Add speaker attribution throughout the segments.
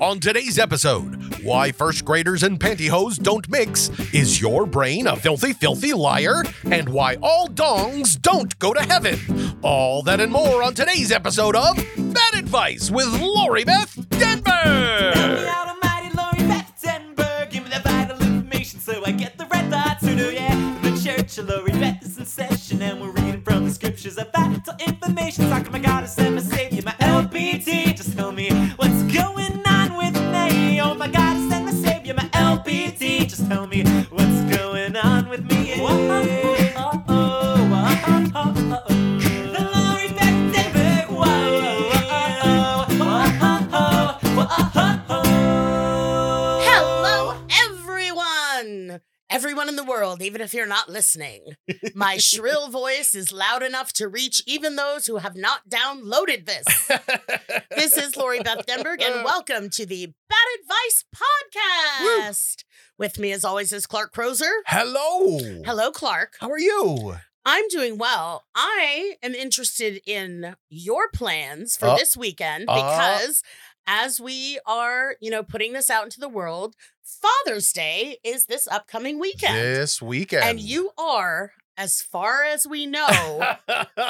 Speaker 1: On today's episode, why first graders and pantyhose don't mix, is your brain a filthy, filthy liar, and why all dongs don't go to heaven. All that and more on today's episode of Bad Advice with Lori Beth
Speaker 2: The
Speaker 1: Denver.
Speaker 2: almighty Lori Bettenberg. Give me the vital information so I get the right thoughts. Who do yeah? The church of Lori Beth is in session and we're reading from the scriptures of vital information. Talking my goddess and my savior, my LBT. Just tell me what's going on with me. Oh my goddess and my savior, my LBT. Just tell me what's going on with me. Whoa, oh, oh, oh, oh, oh. The Lori Beth Denver. Whoa, oh, oh, oh, oh, oh, oh, oh.
Speaker 3: Hello, everyone! Everyone in the world, even if you're not listening. My shrill voice is loud enough to reach even those who have not downloaded this. this is Lori Beth Denberg, and welcome to the Bad Advice Podcast. With me, as always, is Clark Crozer.
Speaker 1: Hello.
Speaker 3: Hello, Clark.
Speaker 1: How are you?
Speaker 3: I'm doing well. I am interested in your plans for
Speaker 1: Uh,
Speaker 3: this weekend
Speaker 1: uh.
Speaker 3: because as we are, you know, putting this out into the world, Father's Day is this upcoming weekend.
Speaker 1: This weekend.
Speaker 3: And you are, as far as we know,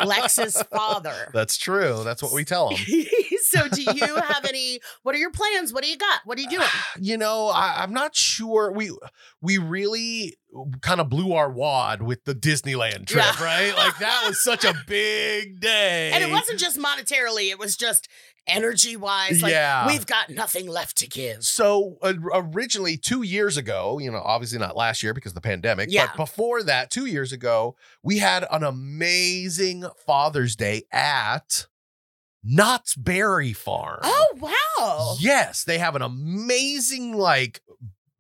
Speaker 3: Lex's father.
Speaker 1: That's true. That's what we tell them.
Speaker 3: so do you have any what are your plans? What do you got? What are you doing?
Speaker 1: you know, I, I'm not sure. We we really kind of blew our wad with the Disneyland trip,
Speaker 3: Yeah.
Speaker 1: right? Like that was such a big day,
Speaker 3: And it wasn't just monetarily, it was just energy wise. Like
Speaker 1: Yeah.
Speaker 3: we've got nothing left to give.
Speaker 1: So uh, originally, two years ago, you know, obviously not last year because of the pandemic,
Speaker 3: Yeah.
Speaker 1: but before that, two years ago, we had an amazing Father's Day at Knott's Berry Farm.
Speaker 3: Oh wow.
Speaker 1: Yes, they have an amazing like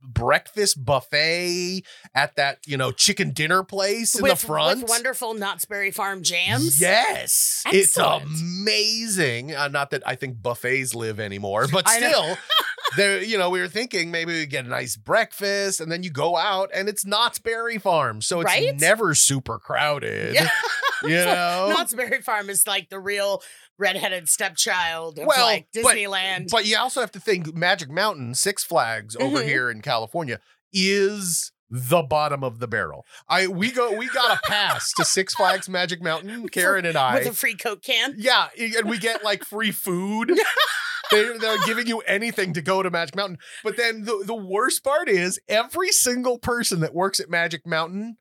Speaker 1: breakfast buffet at that you know chicken dinner place in the front.
Speaker 3: With wonderful Knott's Berry Farm jams.
Speaker 1: Yes,
Speaker 3: Excellent.
Speaker 1: it's amazing. Uh, not that I think buffets live anymore, but
Speaker 3: I know.
Speaker 1: still, there. You know, we were thinking maybe we get a nice breakfast, and then you go out, and it's Knott's Berry Farm, so it's
Speaker 3: Right?
Speaker 1: never super crowded.
Speaker 3: Yeah.
Speaker 1: You know,
Speaker 3: Knott's Berry Farm is like the real redheaded stepchild of
Speaker 1: Well,
Speaker 3: like
Speaker 1: but-
Speaker 3: Disneyland.
Speaker 1: But you also have to think Magic Mountain, Six Flags over
Speaker 3: Mhm.
Speaker 1: here in California is the bottom of the barrel. I we go we got a pass to Six Flags Magic Mountain, Karen and I.
Speaker 3: with a free Coke can.
Speaker 1: yeah, and we get like free food. They, they're giving you anything to go to Magic Mountain. But then the, the worst part is every single person that works at Magic Mountain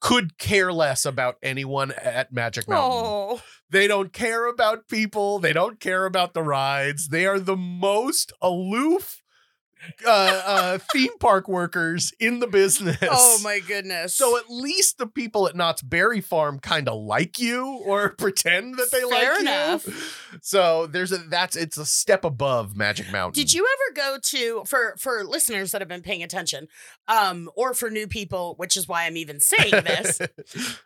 Speaker 1: could care less about anyone at Magic Mountain.
Speaker 3: Oh,
Speaker 1: They don't care about people. They don't care about the rides. They are the most aloof uh, uh, theme park workers in the business.
Speaker 3: oh my goodness.
Speaker 1: So at least the people at Knott's Berry Farm kind of like you or pretend that they
Speaker 3: Fair
Speaker 1: like
Speaker 3: enough.
Speaker 1: you. So there's a that's it's a step above Magic Mountain.
Speaker 3: Did you ever go to for for listeners that have been paying attention, um, or for new people, which is why I'm even saying this?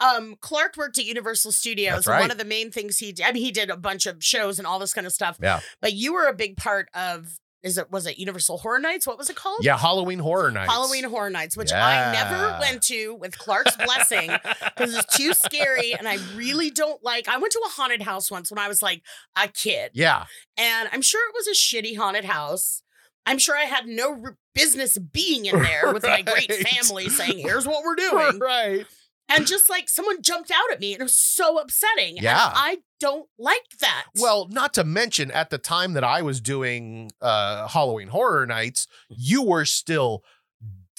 Speaker 3: um, Clark worked at Universal Studios.
Speaker 1: That's right.
Speaker 3: One of the main things he did, I mean, he did a bunch of shows and all this kind of stuff.
Speaker 1: Yeah.
Speaker 3: But you were a big part of is it was it Universal Horror Nights? What was it called?
Speaker 1: Yeah, Halloween Horror Nights.
Speaker 3: Halloween Horror Nights, which I never
Speaker 1: Yeah.
Speaker 3: went to with Clark's blessing because it's too scary and I really don't like. I went to a haunted house once when I was like a kid,
Speaker 1: Yeah.
Speaker 3: and I'm sure it was a shitty haunted house. I'm sure I had no r- business being in there with my great
Speaker 1: Right.
Speaker 3: family saying, "Here's what we're doing,"
Speaker 1: Right.
Speaker 3: and just like someone jumped out at me, and it was so upsetting. and
Speaker 1: Yeah.
Speaker 3: I don't like that.
Speaker 1: Well, not to mention at the time that I was doing uh Halloween horror nights, you were still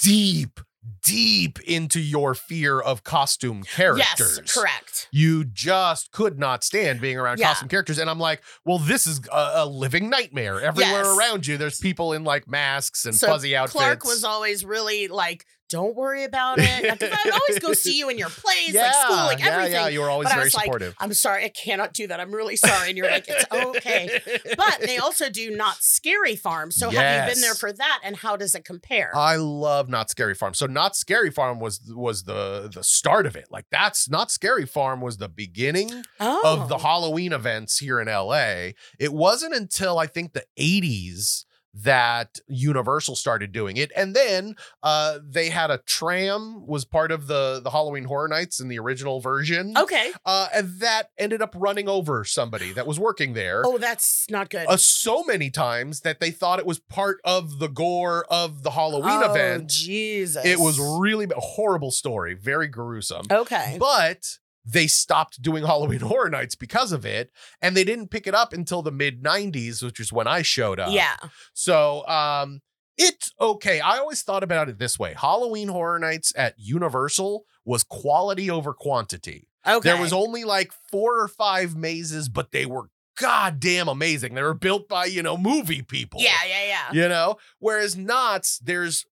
Speaker 1: deep, deep into your fear of costume characters.
Speaker 3: yes, correct.
Speaker 1: You just could not stand being around
Speaker 3: Yeah.
Speaker 1: costume characters. And I'm like, well, this is a, a living nightmare. Everywhere
Speaker 3: Yes.
Speaker 1: around you, there's people in like masks and
Speaker 3: So
Speaker 1: fuzzy outfits.
Speaker 3: Clark was always really like, "Don't worry about it." 'Cause I'd always go see you in your place,
Speaker 1: yeah,
Speaker 3: like school, like
Speaker 1: yeah,
Speaker 3: everything.
Speaker 1: yeah. You were always
Speaker 3: But I
Speaker 1: very
Speaker 3: was like,
Speaker 1: supportive.
Speaker 3: I'm sorry, I cannot do that. I'm really sorry. And you're like, "It's okay." But they also do not scary farm. So have you
Speaker 1: Yes. Uh,
Speaker 3: been there for that? And how does it compare?
Speaker 1: I love Not Scary Farm. So Not Scary Farm was was the the start of it. Like that's Not Scary Farm was the beginning
Speaker 3: oh,
Speaker 1: of the Halloween events here in LA. It wasn't until I think the 80s that Universal started doing it. And then uh, they had a tram was part of the the Halloween Horror Nights in the original version.
Speaker 3: Okay.
Speaker 1: Uh, and that ended up running over somebody that was working there.
Speaker 3: Oh, that's not good.
Speaker 1: Uh, so many times that they thought it was part of the gore of the Halloween
Speaker 3: oh,
Speaker 1: event.
Speaker 3: Jesus.
Speaker 1: It was really a horrible story, very gruesome.
Speaker 3: okay.
Speaker 1: But they stopped doing Halloween Horror Nights because of it, and they didn't pick it up until the mid 90s, which is when I showed up.
Speaker 3: yeah.
Speaker 1: So, um, it's okay. I always thought about it this way Halloween Horror Nights at Universal was quality over quantity.
Speaker 3: Okay.
Speaker 1: There was only like four or five mazes, but they were goddamn amazing. They were built by, you know, movie people.
Speaker 3: yeah, yeah, yeah.
Speaker 1: You know? Whereas Knott's, there's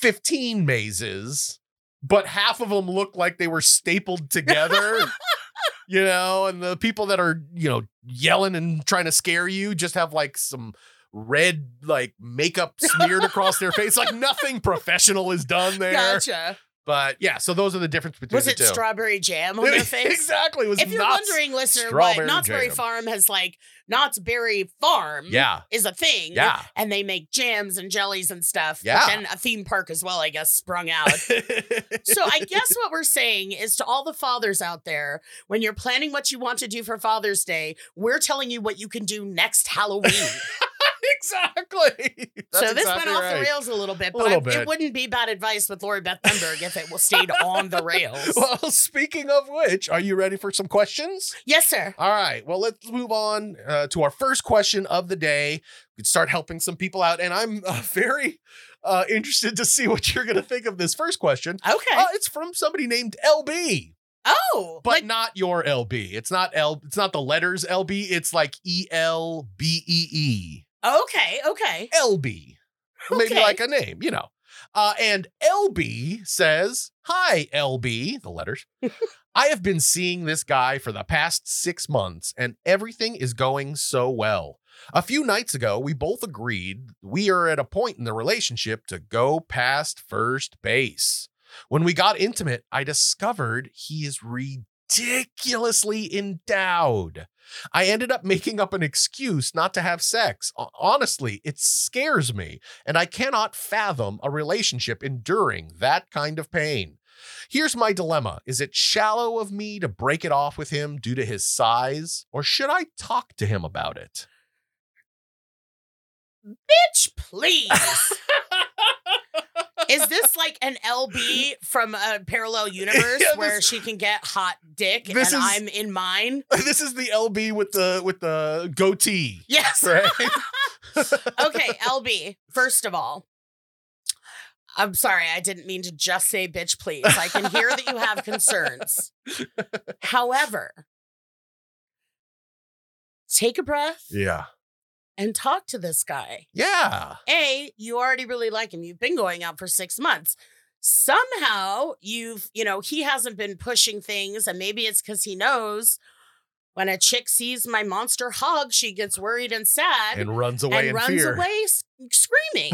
Speaker 1: 15 mazes, but half of them look like they were stapled together. you know, and the people that are, you know, yelling and trying to scare you just have like some red like makeup smeared across their face. Like nothing professional is done there.
Speaker 3: Gotcha.
Speaker 1: But yeah, so those are the difference between
Speaker 3: Was
Speaker 1: the
Speaker 3: it
Speaker 1: two.
Speaker 3: strawberry jam on the face?
Speaker 1: Exactly. It was
Speaker 3: If you're
Speaker 1: not-
Speaker 3: wondering, listener, what
Speaker 1: strawberry
Speaker 3: Knott's Berry
Speaker 1: jam.
Speaker 3: Farm has like Knott's Berry Farm
Speaker 1: Yeah.
Speaker 3: is a thing.
Speaker 1: Yeah.
Speaker 3: And they make jams and jellies and stuff. but
Speaker 1: Yeah.
Speaker 3: then a theme park as well, I guess, sprung out. so I guess what we're saying is to all the fathers out there, when you're planning what you want to do for Father's Day, we're telling you what you can do next Halloween.
Speaker 1: exactly.
Speaker 3: so
Speaker 1: That's
Speaker 3: this
Speaker 1: exactly
Speaker 3: went off
Speaker 1: right.
Speaker 3: the rails a little bit, but
Speaker 1: Little
Speaker 3: I-
Speaker 1: bit.
Speaker 3: it wouldn't be bad advice with Lori Beth Thunberg if it w- stayed on the rails.
Speaker 1: Well, speaking of which, are you ready for some questions?
Speaker 3: yes, sir.
Speaker 1: All right. Well, let's move on uh, to our first question of the day. We can start helping some people out, and I'm uh, very uh, interested to see what you're going to think of this first question.
Speaker 3: Okay.
Speaker 1: Uh, it's from somebody named LB,
Speaker 3: oh,
Speaker 1: but
Speaker 3: like,
Speaker 1: not your LB. It's not L. It's not the letters LB. It's like E L B E E.
Speaker 3: okay, okay.
Speaker 1: LB. Maybe
Speaker 3: Okay.
Speaker 1: like a name, you know. Uh, and LB says, Hi, LB, the letters. I have been seeing this guy for the past six months, and everything is going so well. A few nights ago, we both agreed we are at a point in the relationship to go past first base. When we got intimate, I discovered he is ridiculously endowed. I ended up making up an excuse not to have sex. Ho- Honestly, it scares me, and I cannot fathom a relationship enduring that kind of pain. Here's my dilemma Is it shallow of me to break it off with him due to his size, or should I talk to him about it?
Speaker 3: Bitch, please. Is this like an LB from a parallel universe
Speaker 1: Yeah,
Speaker 3: where
Speaker 1: this-
Speaker 3: she can get hot dick and
Speaker 1: This is-
Speaker 3: I'm in mine?
Speaker 1: this is the LB with the with the goatee,
Speaker 3: Yes.
Speaker 1: right?
Speaker 3: okay, LB, first of all, I'm sorry, I didn't mean to just say bitch, please. I can hear that you have concerns. However, take a breath
Speaker 1: yeah.
Speaker 3: and talk to this guy.
Speaker 1: Yeah.
Speaker 3: A, you already really like him. You've been going out for six months. Somehow you've, you know, he hasn't been pushing things, and maybe it's because he knows when a chick sees my monster hog, she gets worried and sad
Speaker 1: And runs away in
Speaker 3: and runs
Speaker 1: fear.
Speaker 3: away s- mm, screaming.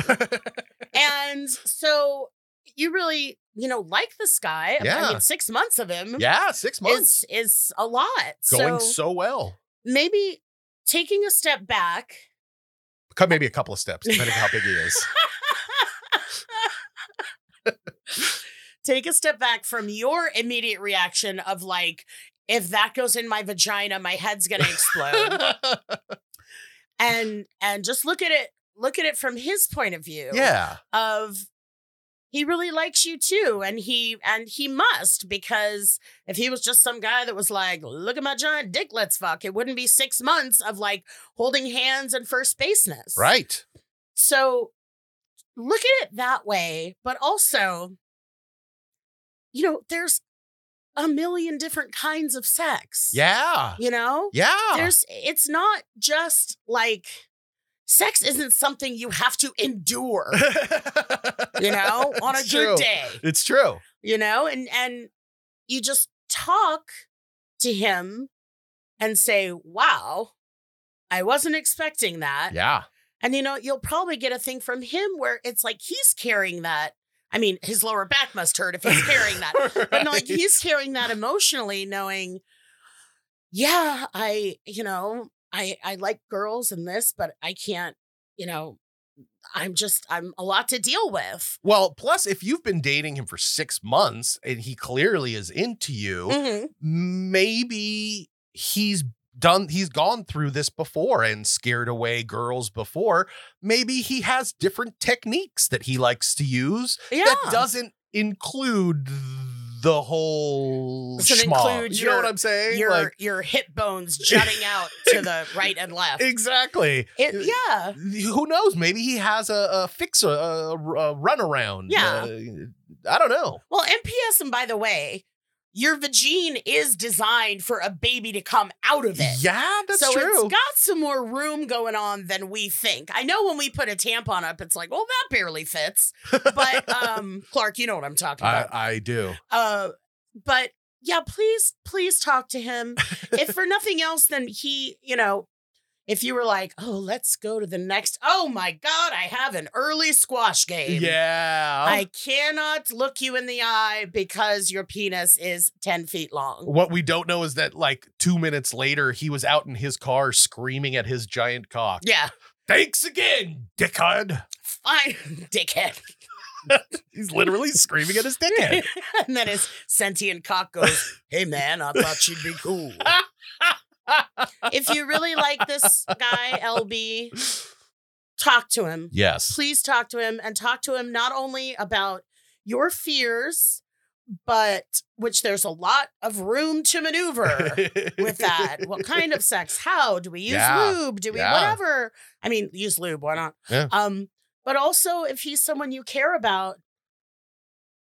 Speaker 3: and so you really, you know, like this guy.
Speaker 1: Yeah.
Speaker 3: I mean, six months of him
Speaker 1: Yeah, six months.
Speaker 3: is is a lot.
Speaker 1: Going
Speaker 3: so,
Speaker 1: so well.
Speaker 3: maybe taking a step back.
Speaker 1: Co- Maybe a couple of steps, depending on how big he is.
Speaker 3: Take a step back from your immediate reaction of like, if that goes in my vagina, my head's gonna explode. and and just look at it, look at it from his point of view.
Speaker 1: yeah.
Speaker 3: of he really likes you too and he and he must because if he was just some guy that was like look at my giant dick let's fuck it wouldn't be six months of like holding hands and first baseness
Speaker 1: Right.
Speaker 3: so look at it that way but also you know there's a million different kinds of sex
Speaker 1: Yeah.
Speaker 3: you know
Speaker 1: Yeah.
Speaker 3: there's it's not just like sex isn't something you have to endure you know, on a
Speaker 1: It's
Speaker 3: good
Speaker 1: true.
Speaker 3: day,
Speaker 1: It's true.
Speaker 3: you know, and and you just talk to him and say, "Wow, I wasn't expecting that."
Speaker 1: Yeah.
Speaker 3: And you know, you'll probably get a thing from him where it's like he's carrying that. I mean, his lower back must hurt if he's carrying that. But no, like
Speaker 1: Right.
Speaker 3: he's carrying that emotionally, knowing, yeah, I, you know, I I like girls and this, but I can't, you know, I'm just, I'm a lot to deal with.
Speaker 1: Well, plus, if you've been dating him for six months and he clearly is into you,
Speaker 3: Mhm.
Speaker 1: maybe he's done he's gone through this before and scared away girls before maybe he has different techniques that he likes to use
Speaker 3: Yeah.
Speaker 1: that doesn't include the whole
Speaker 3: Doesn't
Speaker 1: schmaw.
Speaker 3: include
Speaker 1: you
Speaker 3: your-
Speaker 1: know what i'm saying
Speaker 3: your
Speaker 1: like
Speaker 3: your hip bones jutting out to the right and left.
Speaker 1: exactly
Speaker 3: It- yeah.
Speaker 1: who knows maybe he has a, a fix a, a, a runaround
Speaker 3: Yeah.
Speaker 1: uh, i don't know
Speaker 3: Well, MPS, and by the way, your vagine is designed for a baby to come out of it.
Speaker 1: yeah that's
Speaker 3: so
Speaker 1: true
Speaker 3: it's got some more room going on than we think. I know when we put a tampon up, it's like, well, that barely fits. But um, Clark, you know what I'm talking
Speaker 1: I,
Speaker 3: about.
Speaker 1: I do
Speaker 3: uh, but yeah, please, please talk to him. if for nothing else, then he, you know, if you were like, oh, let's go to the next. Oh my God, I have an early squash game.
Speaker 1: yeah
Speaker 3: I cannot look you in the eye because your penis is 10 feet long.
Speaker 1: What we don't know is that like two minutes later, he was out in his car screaming at his giant cock.
Speaker 3: Yeah.
Speaker 1: Thanks again, dickhead.
Speaker 3: Fine, dickhead.
Speaker 1: He's literally screaming at his dickhead.
Speaker 3: and then his sentient cock goes, Hey man, I thought you'd be cool. if you really like this guy, LB, talk to him.
Speaker 1: yes.
Speaker 3: Please talk to him and talk to him not only about your fears, but which there's a lot of room to maneuver. with that. What kind of sex? How do we use
Speaker 1: Yeah.
Speaker 3: lube? Do we
Speaker 1: Yeah.
Speaker 3: whatever? I mean, use lube, why not?
Speaker 1: Yeah.
Speaker 3: Um, but also if he's someone you care about,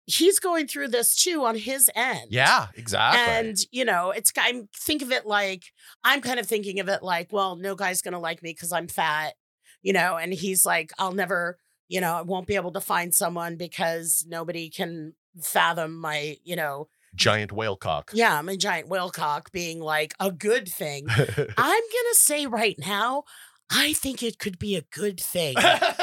Speaker 3: he's going through this too on his end.
Speaker 1: Yeah, exactly.
Speaker 3: And you know, it's I'm think of it like I'm kind of thinking of it like, well, no guy's gonna like me because I'm fat, you know, and he's like, I'll never, you know, I won't be able to find someone because nobody can fathom my, you know,
Speaker 1: giant whale cock.
Speaker 3: yeah, I'm a giant whale cock being like a good thing. I'm going to say right now, I think it could be a good thing.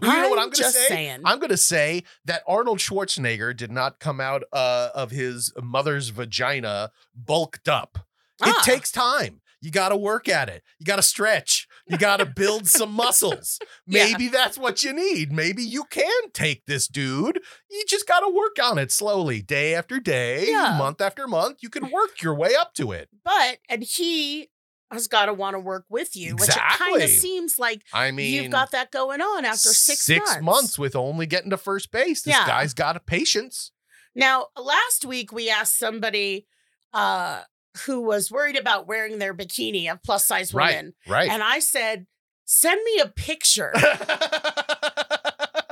Speaker 1: Well, you know what I'm gonna
Speaker 3: just
Speaker 1: say?
Speaker 3: saying.
Speaker 1: I'm going to say that Arnold Schwarzenegger did not come out uh, of his mother's vagina bulked up.
Speaker 3: Ah.
Speaker 1: It takes time. You got to work at it. You got to stretch. You got to build some muscles.
Speaker 3: Yeah.
Speaker 1: Maybe that's what you need. Maybe you can take this dude. You just got to work on it slowly, day after day,
Speaker 3: Yeah.
Speaker 1: month after month. You can work your way up to it.
Speaker 3: but, and he has got to want to work with you, which it kind
Speaker 1: Exactly.
Speaker 3: of seems like
Speaker 1: I mean,
Speaker 3: you've got that going on after six,
Speaker 1: months. with only getting to first base. This
Speaker 3: Yeah.
Speaker 1: guy's got a patience.
Speaker 3: Now, last week we asked somebody uh, who was worried about wearing their bikini of plus size
Speaker 1: Right.
Speaker 3: women.
Speaker 1: Right.
Speaker 3: And I said, send me a picture.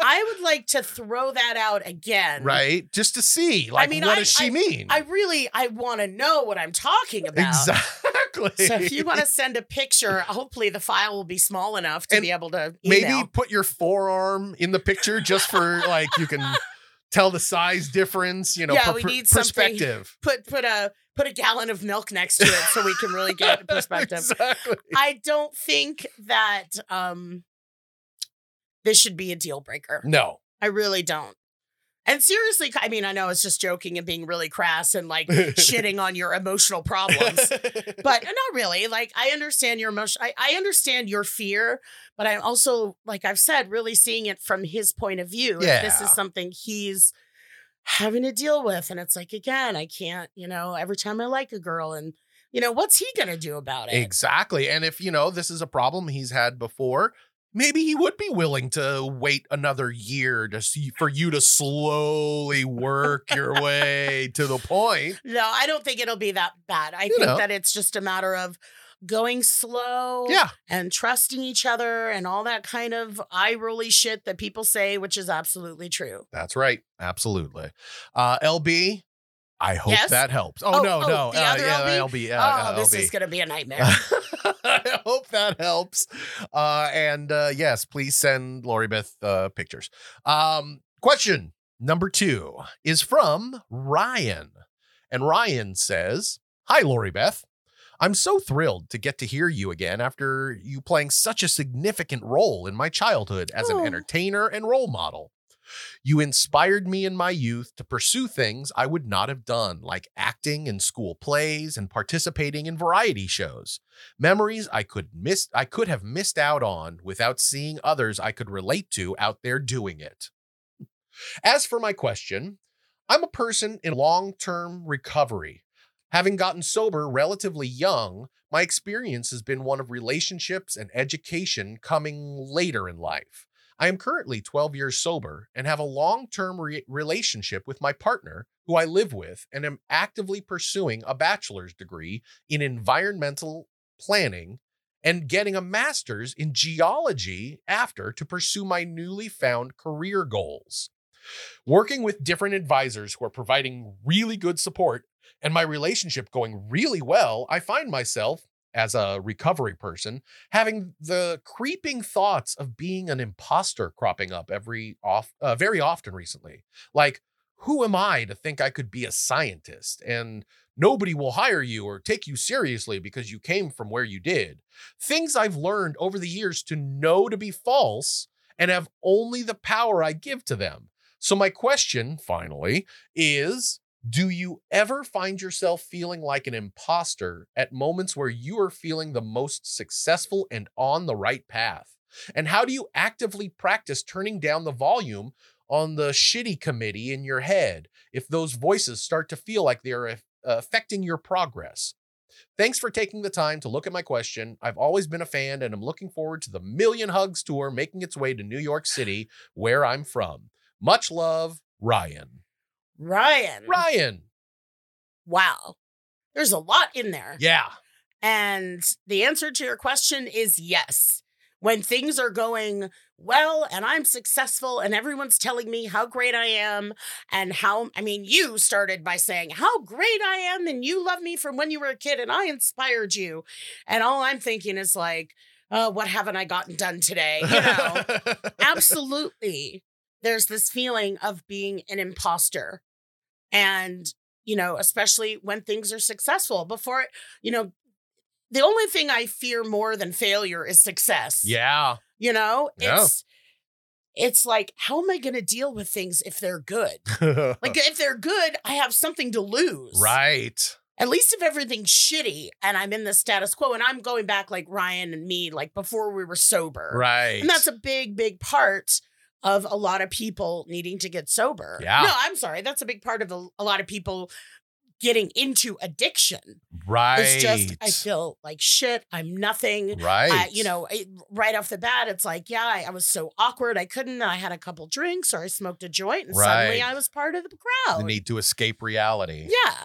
Speaker 3: I would like to throw that out again.
Speaker 1: right? Just to see, like,
Speaker 3: mean,
Speaker 1: what
Speaker 3: I-
Speaker 1: does she mean?
Speaker 3: I really I want to know what I'm talking about.
Speaker 1: exactly.
Speaker 3: So if you want to send a picture, hopefully the file will be small enough to
Speaker 1: And
Speaker 3: be able to
Speaker 1: maybe
Speaker 3: email.
Speaker 1: put your forearm in the picture just for like you can tell the size difference. You know,
Speaker 3: Yeah, we need something
Speaker 1: perspective.
Speaker 3: put put a put a gallon of milk next to it so we can really get the perspective.
Speaker 1: exactly.
Speaker 3: I don't think that um this should be a deal breaker.
Speaker 1: No.
Speaker 3: I really don't. And seriously, I mean, I know it's just joking and being really crass and like shitting on your emotional problems. but uh, not really. Like I understand your emotion. I, I understand your fear, but I'm also, like I've said, really seeing it from his point of view. If this
Speaker 1: Yeah.
Speaker 3: is something he's having to deal with. And it's like, again, I can't, you know, every time I like a girl and you know, what's he gonna do about it?
Speaker 1: Exactly. And if, you know, this is a problem he's had before, maybe he would be willing to wait another year to see for you to slowly work your way to the point.
Speaker 3: No, I don't think it'll be that bad. I
Speaker 1: You
Speaker 3: think
Speaker 1: know.
Speaker 3: that it's just a matter of going slow
Speaker 1: Yeah.
Speaker 3: and trusting each other and all that kind of eye rolly shit that people say, which is absolutely true.
Speaker 1: That's right. Absolutely. Uh, LB, I hope
Speaker 3: Yes?
Speaker 1: that helps. Oh,
Speaker 3: Oh,
Speaker 1: no,
Speaker 3: oh,
Speaker 1: no.
Speaker 3: the
Speaker 1: Uh,
Speaker 3: other
Speaker 1: yeah,
Speaker 3: LB?
Speaker 1: LB. yeah,
Speaker 3: oh,
Speaker 1: uh,
Speaker 3: this
Speaker 1: LB.
Speaker 3: is gonna be a nightmare.
Speaker 1: I hope that helps. Uh, and uh, yes, please send Lori Beth uh, pictures. Um, question number two is from Ryan. And Ryan says, Hi, Lori Beth. I'm so thrilled to get to hear you again after you playing such a significant role in my childhood as an
Speaker 3: Oh.
Speaker 1: entertainer and role model. You inspired me in my youth to pursue things I would not have done, like acting in school plays and participating in variety shows. Memories I could miss I could have missed out on without seeing others I could relate to out there doing it. As for my question, I'm a person in long-term recovery. Having gotten sober relatively young, my experience has been one of relationships and education coming later in life. I am currently 12 years sober and have a long term re- relationship with my partner, who I live with, and am actively pursuing a bachelor's degree in environmental planning and getting a master's in geology after to pursue my newly found career goals. Working with different advisors who are providing really good support and my relationship going really well, I find myself, as a recovery person, having the creeping thoughts of being an imposter cropping up every off uh, very often recently. Like, who am I to think I could be a scientist? And nobody will hire you or take you seriously because you came from where you did. Things I've learned over the years to know to be false and have only the power I give to them. So, my question finally is do you ever find yourself feeling like an imposter at moments where you are feeling the most successful and on the right path? And how do you actively practice turning down the volume on the shitty committee in your head if those voices start to feel like they are uh, affecting your progress? Thanks for taking the time to look at my question. I've always been a fan and I'm looking forward to the Million Hugs tour making its way to New York City, where I'm from. Much love, Ryan.
Speaker 3: Ryan.
Speaker 1: Ryan.
Speaker 3: Wow. There's a lot in there.
Speaker 1: Yeah.
Speaker 3: And the answer to your question is yes. When things are going well and I'm successful and everyone's telling me how great I am and how, I mean, you started by saying how great I am and you love me from when you were a kid and I inspired you. And all I'm thinking is like, oh, what haven't I gotten done today? You know, absolutely. There's this feeling of being an imposter. And, you know, especially when things are successful before, you know, the only thing I fear more than failure is success.
Speaker 1: yeah.
Speaker 3: You know,
Speaker 1: Yeah.
Speaker 3: it's it's like, how am I gonna deal with things if they're good? Like if they're good, I have something to lose.
Speaker 1: right.
Speaker 3: At least if everything's shitty and I'm in the status quo and I'm going back like Ryan and me, like before we were sober.
Speaker 1: Right.
Speaker 3: And that's a big, big part of a lot of people needing to get sober.
Speaker 1: Yeah.
Speaker 3: No, I'm sorry. That's a big part of a, a lot of people getting into addiction.
Speaker 1: right.
Speaker 3: It's just, I feel like shit. I'm nothing.
Speaker 1: right.
Speaker 3: I- you know, I- right off the bat, it's like, yeah, I, I was so awkward. I couldn't. I had a couple drinks or I smoked a joint and suddenly
Speaker 1: Right.
Speaker 3: I was part of the
Speaker 1: the
Speaker 3: crowd.
Speaker 1: need to escape reality.
Speaker 3: yeah.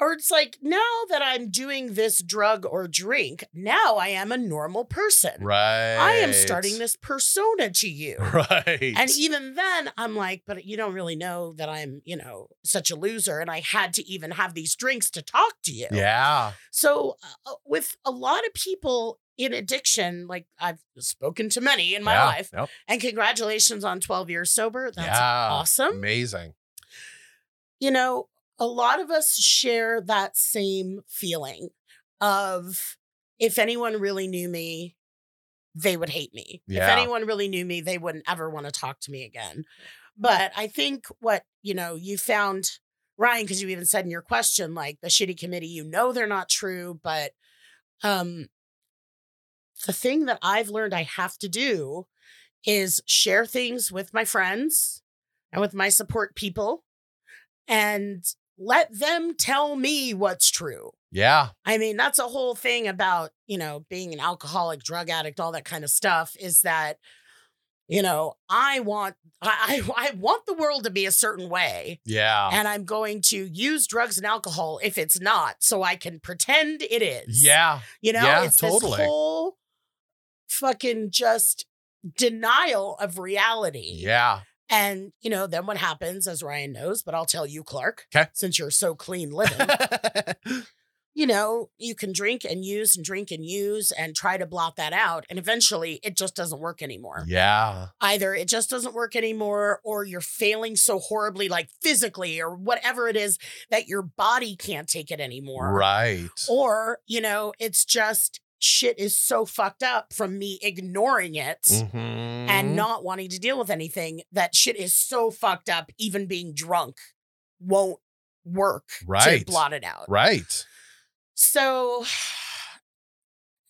Speaker 3: Or it's like, now that I'm doing this drug or drink, now I am a normal person.
Speaker 1: Right.
Speaker 3: I am starting this persona to you.
Speaker 1: Right.
Speaker 3: And even then, I'm like, but you don't really know that I'm, you know, such a loser. And I had to even have these drinks to talk to you.
Speaker 1: yeah.
Speaker 3: So, uh, with a lot of people in addiction, like I've spoken to many in my
Speaker 1: yeah.
Speaker 3: life,
Speaker 1: Yep.
Speaker 3: and congratulations on 12 years sober. That's
Speaker 1: yeah.
Speaker 3: awesome.
Speaker 1: Amazing.
Speaker 3: You know, a lot of us share that same feeling of if anyone really knew me, they would hate me.
Speaker 1: Yeah.
Speaker 3: If anyone really knew me, they wouldn't ever want to talk to me again. But I think what, you know, you found, Ryan, because you even said in your question, like the shitty committee, you know they're not true, but um the thing that I've learned I have to do is share things with my friends and with my support people and let them tell me what's true.
Speaker 1: Yeah.
Speaker 3: I mean, that's a whole thing about, you know, being an alcoholic, drug addict, all that kind of stuff is that, you know, I want I I, I want the world to be a certain way.
Speaker 1: Yeah.
Speaker 3: And I'm going to use drugs and alcohol if it's not, so I can pretend it is.
Speaker 1: yeah.
Speaker 3: You know,
Speaker 1: Yeah,
Speaker 3: it's
Speaker 1: totally.
Speaker 3: this whole fucking just denial of reality.
Speaker 1: Yeah.
Speaker 3: And, you know, then what happens, as Ryan knows, but I'll tell you, Clark,
Speaker 1: 'Kay.
Speaker 3: since you're so clean living, you know, you can drink and use and drink and use and try to blot that out. And eventually it just doesn't work anymore.
Speaker 1: yeah.
Speaker 3: Either it just doesn't work anymore, or you're failing so horribly, like physically or whatever it is, that your body can't take it anymore.
Speaker 1: Right.
Speaker 3: Or, you know, it's just shit is so fucked up from me ignoring it
Speaker 1: Mm-hmm.
Speaker 3: and not wanting to deal with anything that shit is so fucked up, even being drunk won't work to
Speaker 1: Right.
Speaker 3: blot it out.
Speaker 1: Right.
Speaker 3: So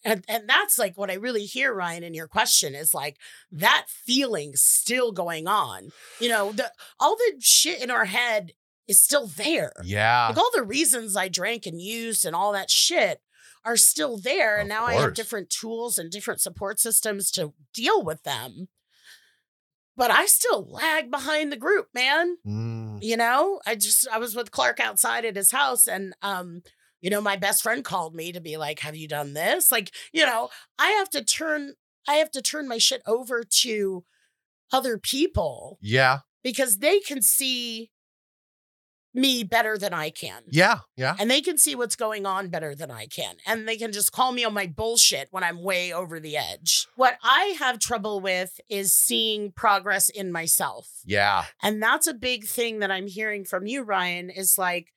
Speaker 3: and and that's like what I really hear, Ryan, in your question is like that feeling still going on. You know, the all the shit in our head is still there.
Speaker 1: Yeah.
Speaker 3: Like all the reasons I drank and used and all that shit are still there.
Speaker 1: Of
Speaker 3: And now I have
Speaker 1: course.
Speaker 3: different tools and different support systems to deal with them. But I still lag behind the group, man
Speaker 1: Mm.
Speaker 3: you know i just i was with clark outside at his house and um you know my best friend called me to be like have you done this like you know i have to turn i have to turn my shit over to other people
Speaker 1: Yeah.
Speaker 3: because they can see me better than i can
Speaker 1: Yeah. Yeah.
Speaker 3: and they can see what's going on better than I can. And they can just call me on my bullshit when I'm way over the edge. What I have trouble with is seeing progress in myself.
Speaker 1: Yeah.
Speaker 3: And that's a big thing that I'm hearing from you, Ryan, is like,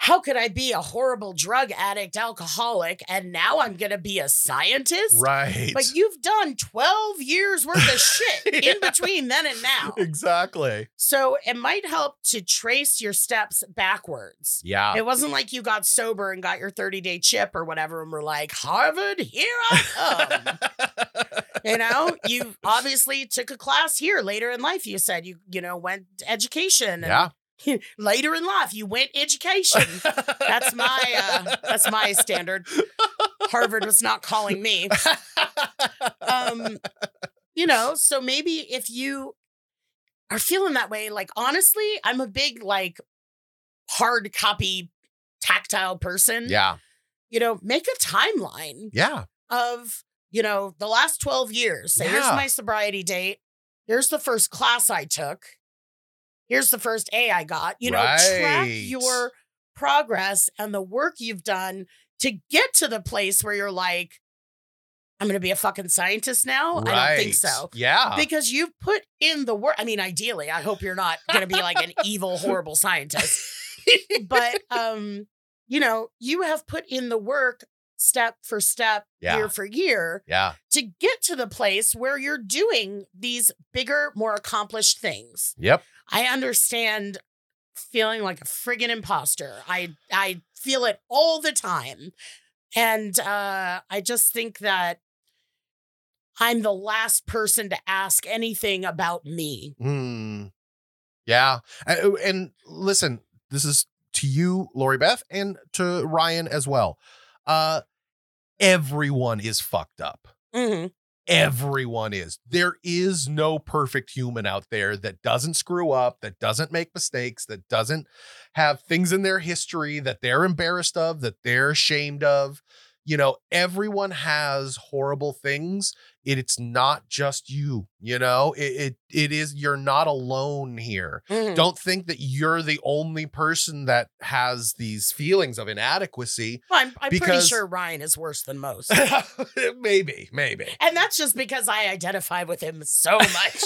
Speaker 3: how could I be a horrible drug addict, alcoholic, and now I'm going to be a scientist?
Speaker 1: Right.
Speaker 3: But you've done 12 years worth of shit
Speaker 1: Yeah.
Speaker 3: in between then and now.
Speaker 1: exactly.
Speaker 3: So it might help to trace your steps backwards.
Speaker 1: Yeah.
Speaker 3: It wasn't like you got sober and got your 30 day chip or whatever and were like, Harvard, here I come. you know, you obviously took a class here later in life. You said you, you know, went to education. and
Speaker 1: yeah.
Speaker 3: later in life you went education that's my uh, that's my standard harvard was not calling me um you know so maybe if you are feeling that way like honestly i'm a big like hard copy tactile person
Speaker 1: yeah.
Speaker 3: you know make a timeline
Speaker 1: Yeah.
Speaker 3: of you know the last 12 years so here's
Speaker 1: Yeah.
Speaker 3: my sobriety date here's the first class i took here's the first a i got you know track
Speaker 1: Right.
Speaker 3: your progress and the work you've done to get to the place where you're like i'm gonna be a fucking scientist now i don't think
Speaker 1: Right.
Speaker 3: so
Speaker 1: Yeah.
Speaker 3: because you've put in the work i mean ideally i hope you're not gonna be like an evil horrible scientist but um you know you have put in the work step for step
Speaker 1: Yeah.
Speaker 3: year for year
Speaker 1: yeah.
Speaker 3: to get to the place where you're doing these bigger more accomplished things
Speaker 1: Yep.
Speaker 3: i understand feeling like a friggin imposter i i feel it all the time and uh i just think that i'm the last person to ask anything about me
Speaker 1: Mm. Yeah. Uh, And listen, this is to you, Lori Beth, and to Ryan as well. Uh, everyone is fucked up.
Speaker 3: mm-hmm.
Speaker 1: Everyone is. There is no perfect human out there that doesn't screw up, that doesn't make mistakes, that doesn't have things in their history that they're embarrassed of, that they're ashamed of. You know, everyone has horrible things. It, it's not just you, you know. It, it it is you're not alone here.
Speaker 3: mm-hmm. Hmm.
Speaker 1: Don't think that you're the only person that has these feelings of inadequacy.
Speaker 3: Well, I'm, I'm pretty
Speaker 1: because-
Speaker 3: sure Ryan is worse than most.
Speaker 1: maybe, maybe.
Speaker 3: And that's just because I identify with him so much.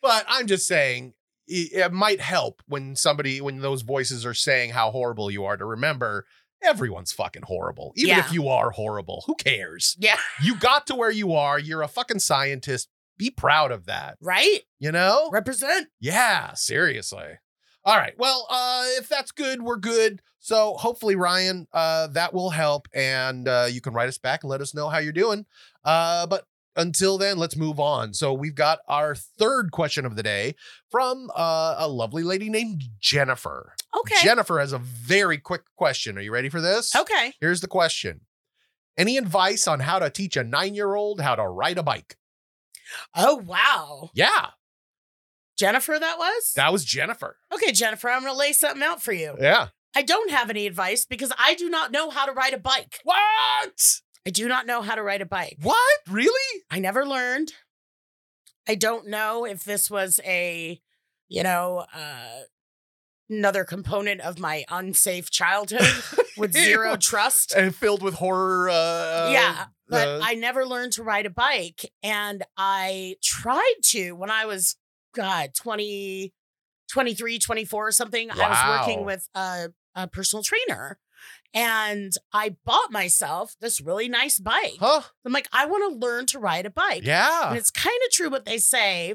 Speaker 1: but I'm just saying it it might help when somebody when those voices are saying how horrible you are to remember everyone's fucking horrible. Even
Speaker 3: Yeah.
Speaker 1: if you are horrible, who cares?
Speaker 3: yeah.
Speaker 1: You got to where you are. You're a fucking scientist. Be proud of that,
Speaker 3: Right?
Speaker 1: you know?
Speaker 3: Represent.
Speaker 1: Yeah, seriously. All right. Well, uh, if that's good, we're good. So hopefully, Ryan, uh, that will help, and uh, you can write us back and let us know how you're doing. Uh, but until then, let's move on. So we've got our third question of the day from uh, a lovely lady named Jennifer.
Speaker 3: Okay. Oh.
Speaker 1: Jennifer has a very quick question. Are you ready for this?
Speaker 3: okay.
Speaker 1: Here's the question. Any advice on how to teach a nine-year-old how to ride a bike?
Speaker 3: Oh, wow.
Speaker 1: Yeah,
Speaker 3: Jennifer, that was?
Speaker 1: that was Jennifer.
Speaker 3: okay, Jennifer, I'm going to lay something out for you.
Speaker 1: Yeah.
Speaker 3: I don't have any advice because I do not know how to ride a bike.
Speaker 1: What?
Speaker 3: I do not know how to ride a bike.
Speaker 1: What? Really?
Speaker 3: I never learned. I don't know if this was a, you know, uh, another component of my unsafe childhood with zero trust.
Speaker 1: And filled with horror. Uh,
Speaker 3: yeah but
Speaker 1: uh,
Speaker 3: i never learned to ride a bike and i tried to when i was god 20 23 24 or something i was working
Speaker 1: Wow.
Speaker 3: with a, a personal trainer And I bought myself this really nice bike.
Speaker 1: Huh?
Speaker 3: I'm like, I want to learn to ride a bike. And
Speaker 1: Yeah.
Speaker 3: it's kind of true what they say,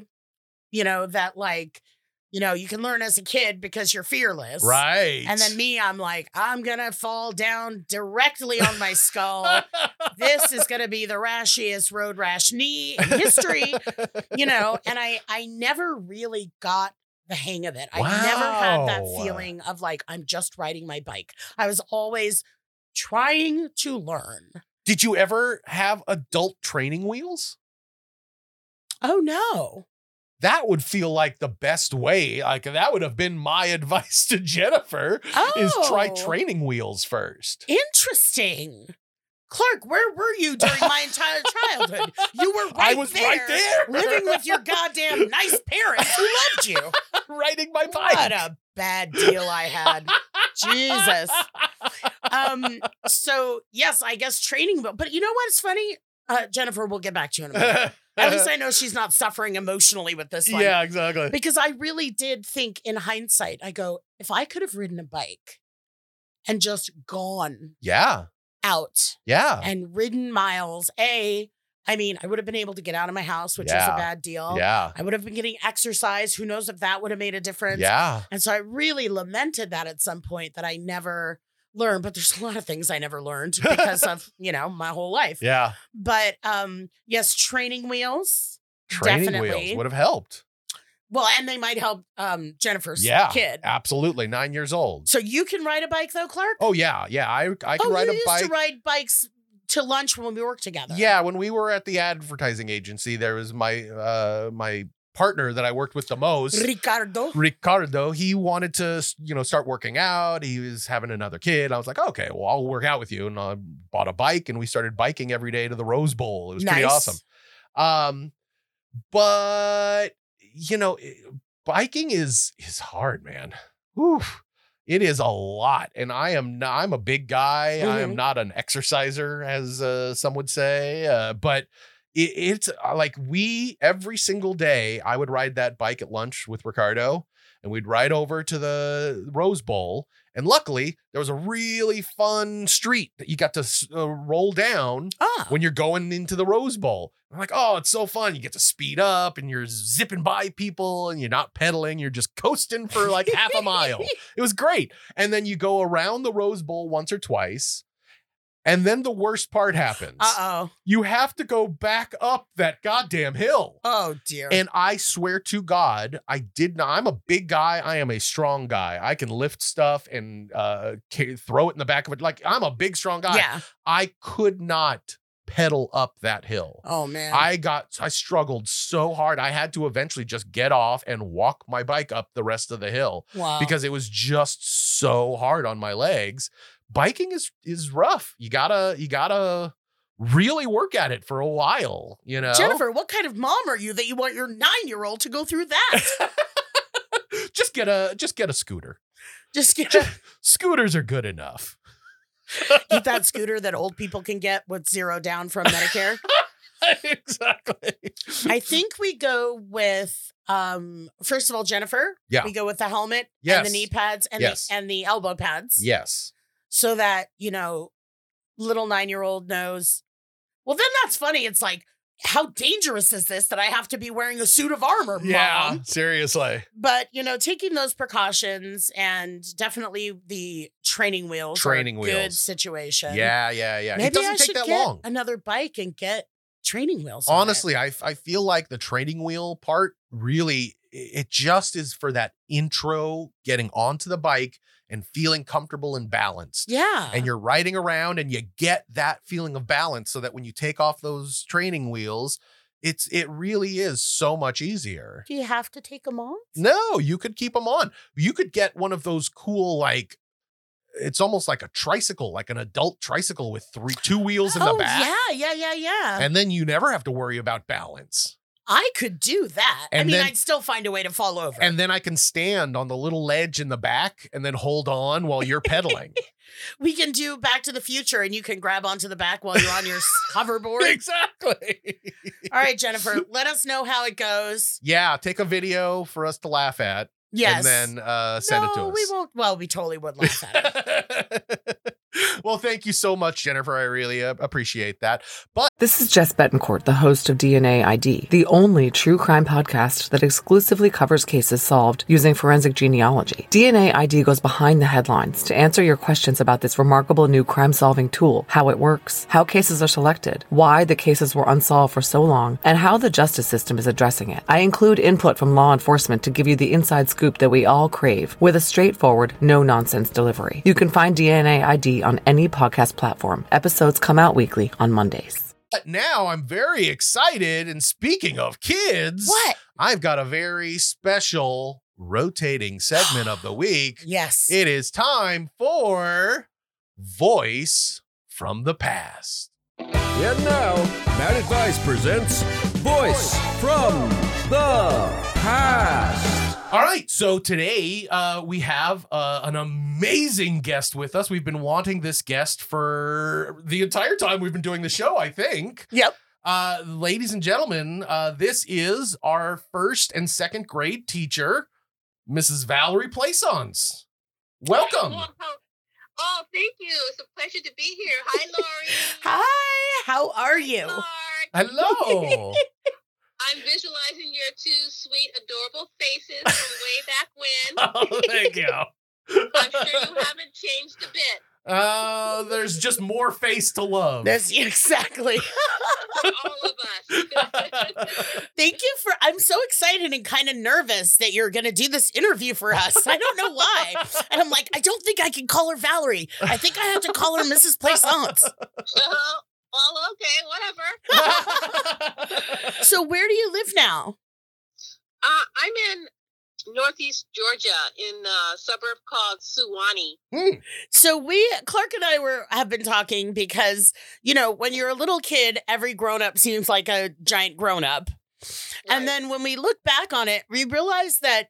Speaker 3: you know, that like, you know, you can learn as a kid because you're fearless.
Speaker 1: Right.
Speaker 3: And then me, I'm like, I'm going to fall down directly on my skull. this is going to be the rashiest road rash knee in history, you know, and I I never really got the hang of it. I never had that
Speaker 1: Wow.
Speaker 3: feeling of like I'm just riding my bike. I was always trying to learn.
Speaker 1: Did you ever have adult training wheels?
Speaker 3: Oh no.
Speaker 1: That would feel like the best way. Like that would have been my advice to Jennifer
Speaker 3: Oh.
Speaker 1: is try training wheels first.
Speaker 3: Interesting. Clark, where were you during my entire childhood? You were right
Speaker 1: I was
Speaker 3: there,
Speaker 1: right there.
Speaker 3: living with your goddamn nice parents who loved you.
Speaker 1: riding my bike.
Speaker 3: What a bad deal I had. Jesus. Um, so yes, I guess training, but, but you know what's funny? Uh, Jennifer, we'll get back to you in a minute. At least I know she's not suffering emotionally with this one.
Speaker 1: yeah, exactly.
Speaker 3: Because I really did think in hindsight, I go, if I could have ridden a bike and just gone
Speaker 1: Yeah.
Speaker 3: out
Speaker 1: Yeah.
Speaker 3: and ridden miles. A, I mean, I would have been able to get out of my house, which is
Speaker 1: Yeah.
Speaker 3: a bad deal.
Speaker 1: Yeah.
Speaker 3: I would have been getting exercise. Who knows if that would have made a difference?
Speaker 1: Yeah.
Speaker 3: And so I really lamented that at some point that I never learned, but there's a lot of things I never learned because of, you know, my whole life.
Speaker 1: Yeah.
Speaker 3: But um, yes, training wheels.
Speaker 1: Training
Speaker 3: Definitely.
Speaker 1: wheels would have helped.
Speaker 3: Well, and they might help um, Jennifer's
Speaker 1: Yeah.
Speaker 3: kid.
Speaker 1: Absolutely. Nine years old.
Speaker 3: So you can ride a bike though, Clark?
Speaker 1: Oh yeah. Yeah. I I can
Speaker 3: oh,
Speaker 1: ride
Speaker 3: you
Speaker 1: a
Speaker 3: used
Speaker 1: bike.
Speaker 3: to ride bikes to lunch when we worked together.
Speaker 1: Yeah, when we were at the advertising agency, there was my uh my partner that I worked with the most.
Speaker 3: Ricardo.
Speaker 1: Ricardo, he wanted to, you know, start working out. He was having another kid. I was like, okay, well, I'll work out with you. And I bought a bike and we started biking every day to the Rose Bowl. It was pretty
Speaker 3: Nice.
Speaker 1: awesome. Um, but you know, i- biking is is hard, man. Oof. It is a lot, and I am not, I'm a big guy. I am
Speaker 3: Mhm.
Speaker 1: not an exerciser, as uh, some would say. Uh, but it, it's uh, like we every single day I would ride that bike at lunch with Ricardo, and we'd ride over to the Rose Bowl. And luckily, there was a really fun street that you got to s- uh, roll down
Speaker 3: Ah.
Speaker 1: when you're going into the Rose Bowl. I'm like, oh, it's so fun. You get to speed up and you're zipping by people and you're not pedaling. You're just coasting for like half a mile. It was great. And then you go around the Rose Bowl once or twice. And then the worst part happens.
Speaker 3: Uh oh.
Speaker 1: You have to go back up that goddamn hill.
Speaker 3: Oh dear.
Speaker 1: And I swear to God, I did not. I'm a big guy. I am a strong guy. I can lift stuff and uh, ca- throw it in the back of it. Like I'm a big, strong guy.
Speaker 3: yeah.
Speaker 1: I could not pedal up that hill.
Speaker 3: Oh man.
Speaker 1: I got, I struggled so hard. I had to eventually just get off and walk my bike up the rest of the hill
Speaker 3: wow.
Speaker 1: because it was just so hard on my legs. Biking is is rough. You gotta, you gotta really work at it for a while. You know,
Speaker 3: Jennifer, what kind of mom are you that you want your nine-year-old to go through that?
Speaker 1: just get a, just get a scooter.
Speaker 3: Just get,
Speaker 1: Scooters are good enough.
Speaker 3: get that scooter that old people can get with zero down from Medicare.
Speaker 1: exactly.
Speaker 3: I think we go with um first of all, Jennifer.
Speaker 1: Yeah.
Speaker 3: We go with the helmet and
Speaker 1: Yes.
Speaker 3: the knee pads and
Speaker 1: Yes.
Speaker 3: the and the elbow pads.
Speaker 1: Yes.
Speaker 3: So that, you know, little nine-year-old knows. Well, then that's funny. It's like, how dangerous is this that I have to be wearing a suit of armor, mom?
Speaker 1: Seriously.
Speaker 3: but you know taking those precautions and definitely the training wheels are a
Speaker 1: Training
Speaker 3: good
Speaker 1: wheels.
Speaker 3: situation
Speaker 1: Yeah. Yeah. Yeah.
Speaker 3: maybe
Speaker 1: it doesn't
Speaker 3: I
Speaker 1: take
Speaker 3: should
Speaker 1: that
Speaker 3: get
Speaker 1: long.
Speaker 3: another bike and get training wheels on it.
Speaker 1: honestly I, I feel like the training wheel part really it just is for that intro getting onto the bike and feeling comfortable and balanced
Speaker 3: yeah
Speaker 1: and you're riding around and you get that feeling of balance so that when you take off those training wheels it's it really is so much easier
Speaker 3: do you have to take them off
Speaker 1: no you could keep them on you could get one of those cool like it's almost like a tricycle like an adult tricycle with three two wheels in
Speaker 3: oh
Speaker 1: the back
Speaker 3: yeah yeah yeah yeah
Speaker 1: and then you never have to worry about balance
Speaker 3: i could do that i
Speaker 1: And
Speaker 3: mean
Speaker 1: then-
Speaker 3: i'd still find a way to fall over
Speaker 1: and then I can stand on the little ledge in the back and then hold on while you're pedaling.
Speaker 3: we can do back to the future and you can grab onto the back while you're on your hoverboard
Speaker 1: exactly.
Speaker 3: all right jennifer let us know how it goes
Speaker 1: Yeah, take a video for us to laugh at
Speaker 3: yes
Speaker 1: and then uh, send
Speaker 3: no,
Speaker 1: it to us.
Speaker 3: we won't well we totally would laugh at it
Speaker 1: Well, thank you so much, Jennifer. I really uh, appreciate that. But
Speaker 4: This is Jess Betancourt, the host of DNA ID, the only true crime podcast that exclusively covers cases solved using forensic genealogy. DNA ID goes behind the headlines to answer your questions about this remarkable new crime solving tool, how it works, how cases are selected, why the cases were unsolved for so long, and how the justice system is addressing it. I include input from law enforcement to give you the inside scoop that we all crave with a straightforward, no nonsense delivery. You can find DNA ID on any podcast platform. Episodes come out weekly on Mondays.
Speaker 1: now I'm very excited. And speaking of kids,
Speaker 3: What?
Speaker 1: I've got a very special rotating segment of the week.
Speaker 3: Yes.
Speaker 1: It is time for Voice from the Past.
Speaker 5: And now, Mad Advice presents Voice from the Past.
Speaker 1: All right. So today uh, we have uh, an amazing guest with us. We've been wanting this guest for the entire time we've been doing the show, I think.
Speaker 3: Yep.
Speaker 1: Uh, ladies and gentlemen, uh, this is our first and second grade teacher, Mrs. Valerie Plaisance. Welcome.
Speaker 6: Oh, thank you. It's a pleasure to be here. Hi, Lori.
Speaker 3: Hi. How are you?
Speaker 1: Oh.
Speaker 6: Mark.
Speaker 1: Hello.
Speaker 6: I'm visualizing your two sweet, adorable faces from way back when.
Speaker 1: oh, thank you.
Speaker 6: I'm sure you haven't changed a bit.
Speaker 1: Uh, there's just more face to love.
Speaker 3: That's exactly.
Speaker 6: for All of us.
Speaker 3: Thank you for. I'm so excited and kind of nervous that you're going to do this interview for us. I don't know why. And I'm like, I don't think I can call her Valerie. I think I have to call her Mrs. Plaisance.
Speaker 6: well, well, okay, whatever.
Speaker 3: So, where do you live now?
Speaker 6: Uh, I'm in Northeast Georgia in a suburb called Suwanee.
Speaker 3: So we Clark and I were have been talking because you know when you're a little kid, every grown up seems like a giant grown up, and then when we look back on it, we realize that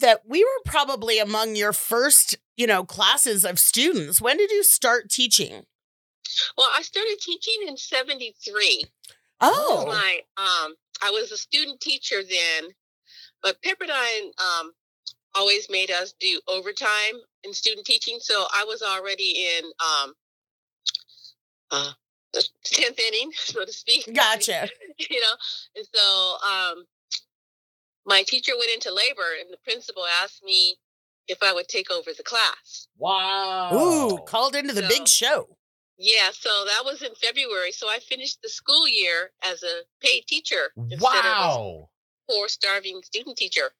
Speaker 3: that we were probably among your first you know classes of students. When did you start teaching?
Speaker 6: Well, I started teaching in 73. was
Speaker 3: Oh,
Speaker 6: my um I was a student teacher then, but Pepperdine um always made us do overtime in student teaching, so I was already in um uh the tenth inning, so to speak.
Speaker 3: gotcha.
Speaker 6: you know, and so um my teacher went into labor and the principal asked me if I would take over the class.
Speaker 1: wow.
Speaker 3: Ooh, called into the big
Speaker 6: No.
Speaker 3: show.
Speaker 6: Yeah, so that was in February. So I finished the school year as a paid teacher instead of a
Speaker 1: Wow.
Speaker 6: poor starving student teacher.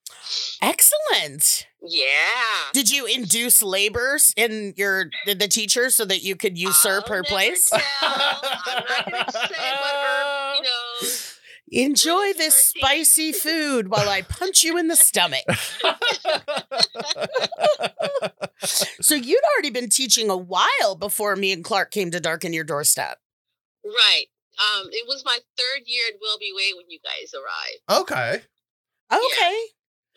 Speaker 3: Excellent.
Speaker 6: Yeah.
Speaker 3: Did you induce labors in your the the teacher so that you could usurp
Speaker 6: I'll
Speaker 3: her
Speaker 6: never
Speaker 3: place?
Speaker 6: tell. I'm not going to say what her, you know.
Speaker 3: Enjoy
Speaker 6: Really
Speaker 3: this
Speaker 6: starchy.
Speaker 3: spicy food while I punch you in the stomach. so you'd already been teaching a while before me and Clark came to darken your doorstep.
Speaker 6: Right. Um, it was my third year at Wilby Way when you guys arrived.
Speaker 1: Okay.
Speaker 3: Okay.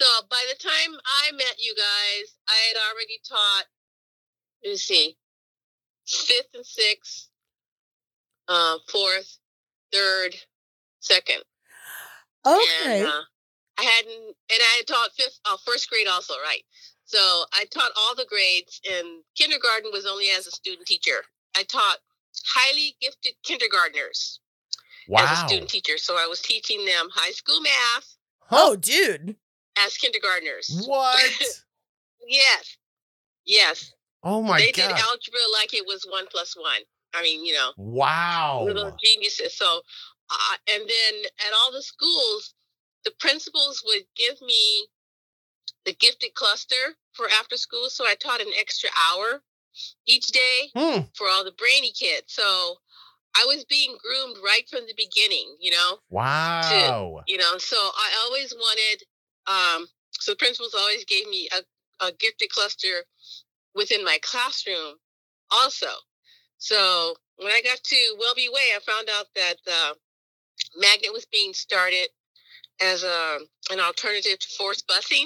Speaker 6: So by the time I met you guys, I had already taught, let me see, fifth and sixth, uh, fourth, third, second.
Speaker 3: Okay.
Speaker 6: And, uh, I hadn't, and I had taught fifth, uh, first grade also, right? So I taught all the grades, and kindergarten was only as a student teacher. I taught highly gifted kindergartners as a
Speaker 1: Wow.
Speaker 6: student teacher. So I was teaching them high school math
Speaker 3: oh, dude.
Speaker 6: as kindergartners.
Speaker 1: What?
Speaker 6: Yes. Yes.
Speaker 1: Oh my
Speaker 6: they
Speaker 1: god.
Speaker 6: did algebra like it was one plus one. I mean, you know,
Speaker 1: Oh
Speaker 6: little
Speaker 1: wow.
Speaker 6: geniuses. So, uh, and then at all the schools, the principals would give me the gifted cluster for after school. So I taught an extra hour each day
Speaker 1: Hmm.
Speaker 6: for all the brainy kids. So I was being groomed right from the beginning, you know,
Speaker 1: Wow.
Speaker 6: you know. So I always wanted. Um, so the principals always gave me a, a gifted cluster within my classroom, also. So when I got to Welby Way, I found out that uh, Magnet was being started as a, an alternative to forced busing,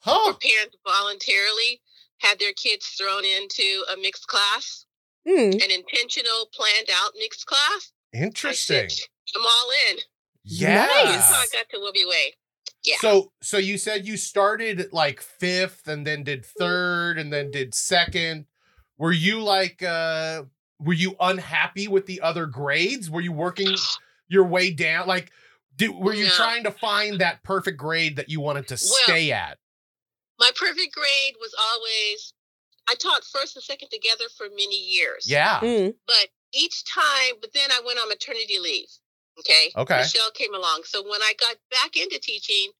Speaker 1: Huh.
Speaker 6: where parents voluntarily had their kids thrown into a mixed class,
Speaker 3: Hmm.
Speaker 6: an intentional, planned out mixed class. I said,
Speaker 1: Interesting.
Speaker 6: I'm all in.
Speaker 1: Yeah.
Speaker 6: That's how I got to Welby Way. Yeah.
Speaker 1: So so you
Speaker 6: Mm-hmm.
Speaker 1: said you started like fifth and then did third and then did second. Were you like uh were you unhappy with the other grades? Were you working your way down? Like do, were you
Speaker 6: No.
Speaker 1: trying to find that perfect grade that you wanted to stay at?
Speaker 6: My perfect grade was always I taught first and second together for many years.
Speaker 1: Yeah.
Speaker 3: Mm.
Speaker 6: But each time, but then I went on maternity leave. Okay.
Speaker 1: Okay.
Speaker 6: Michelle came along. So when I got back into teaching,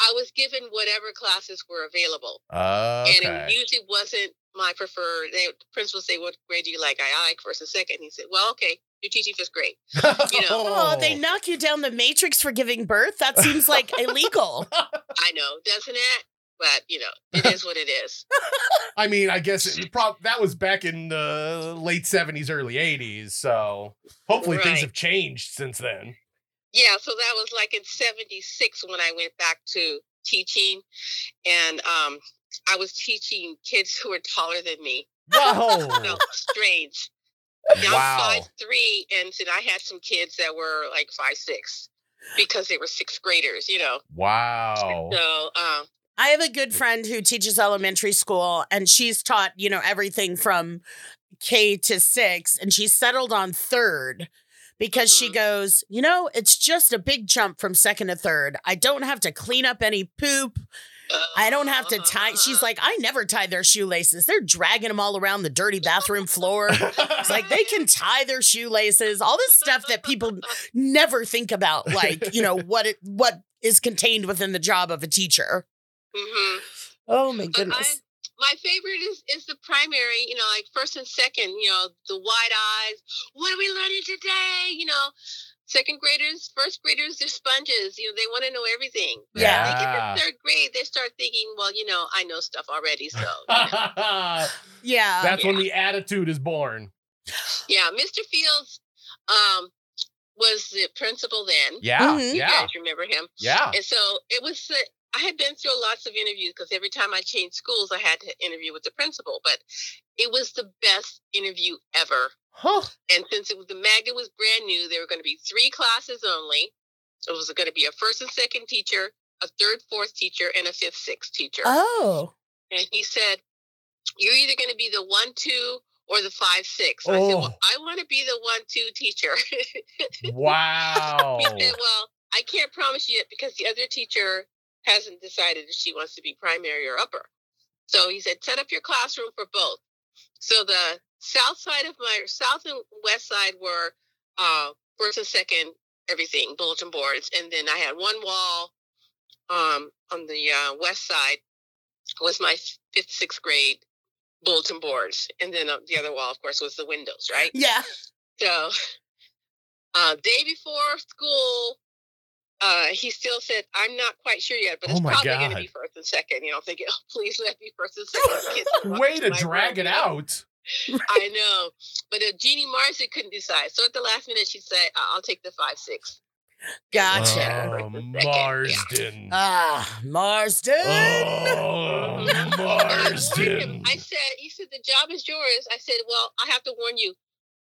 Speaker 6: I was given whatever classes were available. And it
Speaker 1: Okay.
Speaker 6: usually wasn't my preferred. They, principal would say, What grade do you like? I like first and second. he said, Well, okay, you're teaching fifth grade. you know.
Speaker 3: Oh, they knock you down the matrix for giving birth? That seems like illegal.
Speaker 6: I know, doesn't it? But, you know, it is what it is.
Speaker 1: I mean, I guess it, prob- that was back in the late 70s, early 80s. So hopefully things
Speaker 6: Right.
Speaker 1: have changed since then.
Speaker 6: Yeah, so that was like in 76 when I went back to teaching. And um, I was teaching kids who were taller than me.
Speaker 3: Oh.
Speaker 1: Whoa.
Speaker 6: So strange. Yeah,
Speaker 1: Wow.
Speaker 6: I'm five three, and then I had some kids that were like five six because they were sixth graders, you know.
Speaker 3: Oh.
Speaker 1: Wow.
Speaker 6: So um,
Speaker 3: I have a good friend who teaches elementary school and she's taught, you know, everything from K to six, and she settled on third because she
Speaker 6: Mhm.
Speaker 3: goes, you know, it's just a big jump from second to third. I don't have to clean up any poop. I don't have to
Speaker 6: uh-huh,
Speaker 3: tie. She's like, I never tie their shoelaces. They're dragging them all around the dirty bathroom floor. It's like they can tie their shoelaces, all this stuff that people never think about, like, you know, what it what is contained within the job of a teacher.
Speaker 6: hmm
Speaker 3: Oh my
Speaker 6: But I,
Speaker 3: goodness.
Speaker 6: my favorite is is the primary, you know, like first and second, you know, the wide eyes. What are we learning today? You know, second graders, first graders, they're sponges. You know, they want to know everything. But when They
Speaker 1: Yeah.
Speaker 6: get to third grade, they start thinking, well, you know, I know stuff already. So, you know. uh,
Speaker 1: That's
Speaker 3: yeah.
Speaker 1: when the attitude is born.
Speaker 6: yeah, Mr. Fields um, was the principal then.
Speaker 1: Yeah.
Speaker 3: Mhm.
Speaker 6: You
Speaker 1: Yeah.
Speaker 6: guys remember him.
Speaker 1: Yeah.
Speaker 6: And so it was, uh, I had been through lots of interviews because every time I changed schools, I had to interview with the principal, but it was the best interview ever.
Speaker 1: Huh.
Speaker 6: And since it was, the magnet was brand new, there were going to be three classes only. It was going to be a first and second teacher, a third, fourth teacher, and a fifth, sixth teacher.
Speaker 3: Oh.
Speaker 6: And he said, You're either going to be the one, two, or the five, six. I said, Well,
Speaker 1: Oh.
Speaker 6: I want to be the one, two teacher.
Speaker 1: Wow.
Speaker 6: He
Speaker 1: Oh.
Speaker 6: said, Well, I can't promise you yet because the other teacher hasn't decided if she wants to be primary or upper. So he said, Set up your classroom for both. So the south side of my south and west side were uh, first and second, everything, bulletin boards. And then I had one wall um, on the uh, west side was my fifth, sixth grade bulletin boards. And then uh, the other wall, of course, was the windows, right?
Speaker 3: Yeah.
Speaker 6: So, uh, day before school, uh, he still said, "I'm not quite sure yet, but
Speaker 1: Oh
Speaker 6: it's
Speaker 1: my
Speaker 6: probably going to
Speaker 1: God.
Speaker 6: be first and second. You know, I'm thinking, "Oh, please let me first and second. Kids are walking
Speaker 1: Way to
Speaker 6: my
Speaker 1: drag
Speaker 6: room,
Speaker 1: it
Speaker 6: you know?
Speaker 1: out.
Speaker 6: I know, but uh, Jeannie Marcy couldn't decide. So at the last minute, she said, "I- "I'll take the five, six.
Speaker 3: Gotcha.
Speaker 1: Oh,
Speaker 6: Yeah. Uh,
Speaker 1: Marsden.
Speaker 3: Ah, Marsden.
Speaker 1: Oh,
Speaker 6: I warned him.
Speaker 1: Marsden.
Speaker 6: I said, "He said the job is yours." I said, "Well, I have to warn you,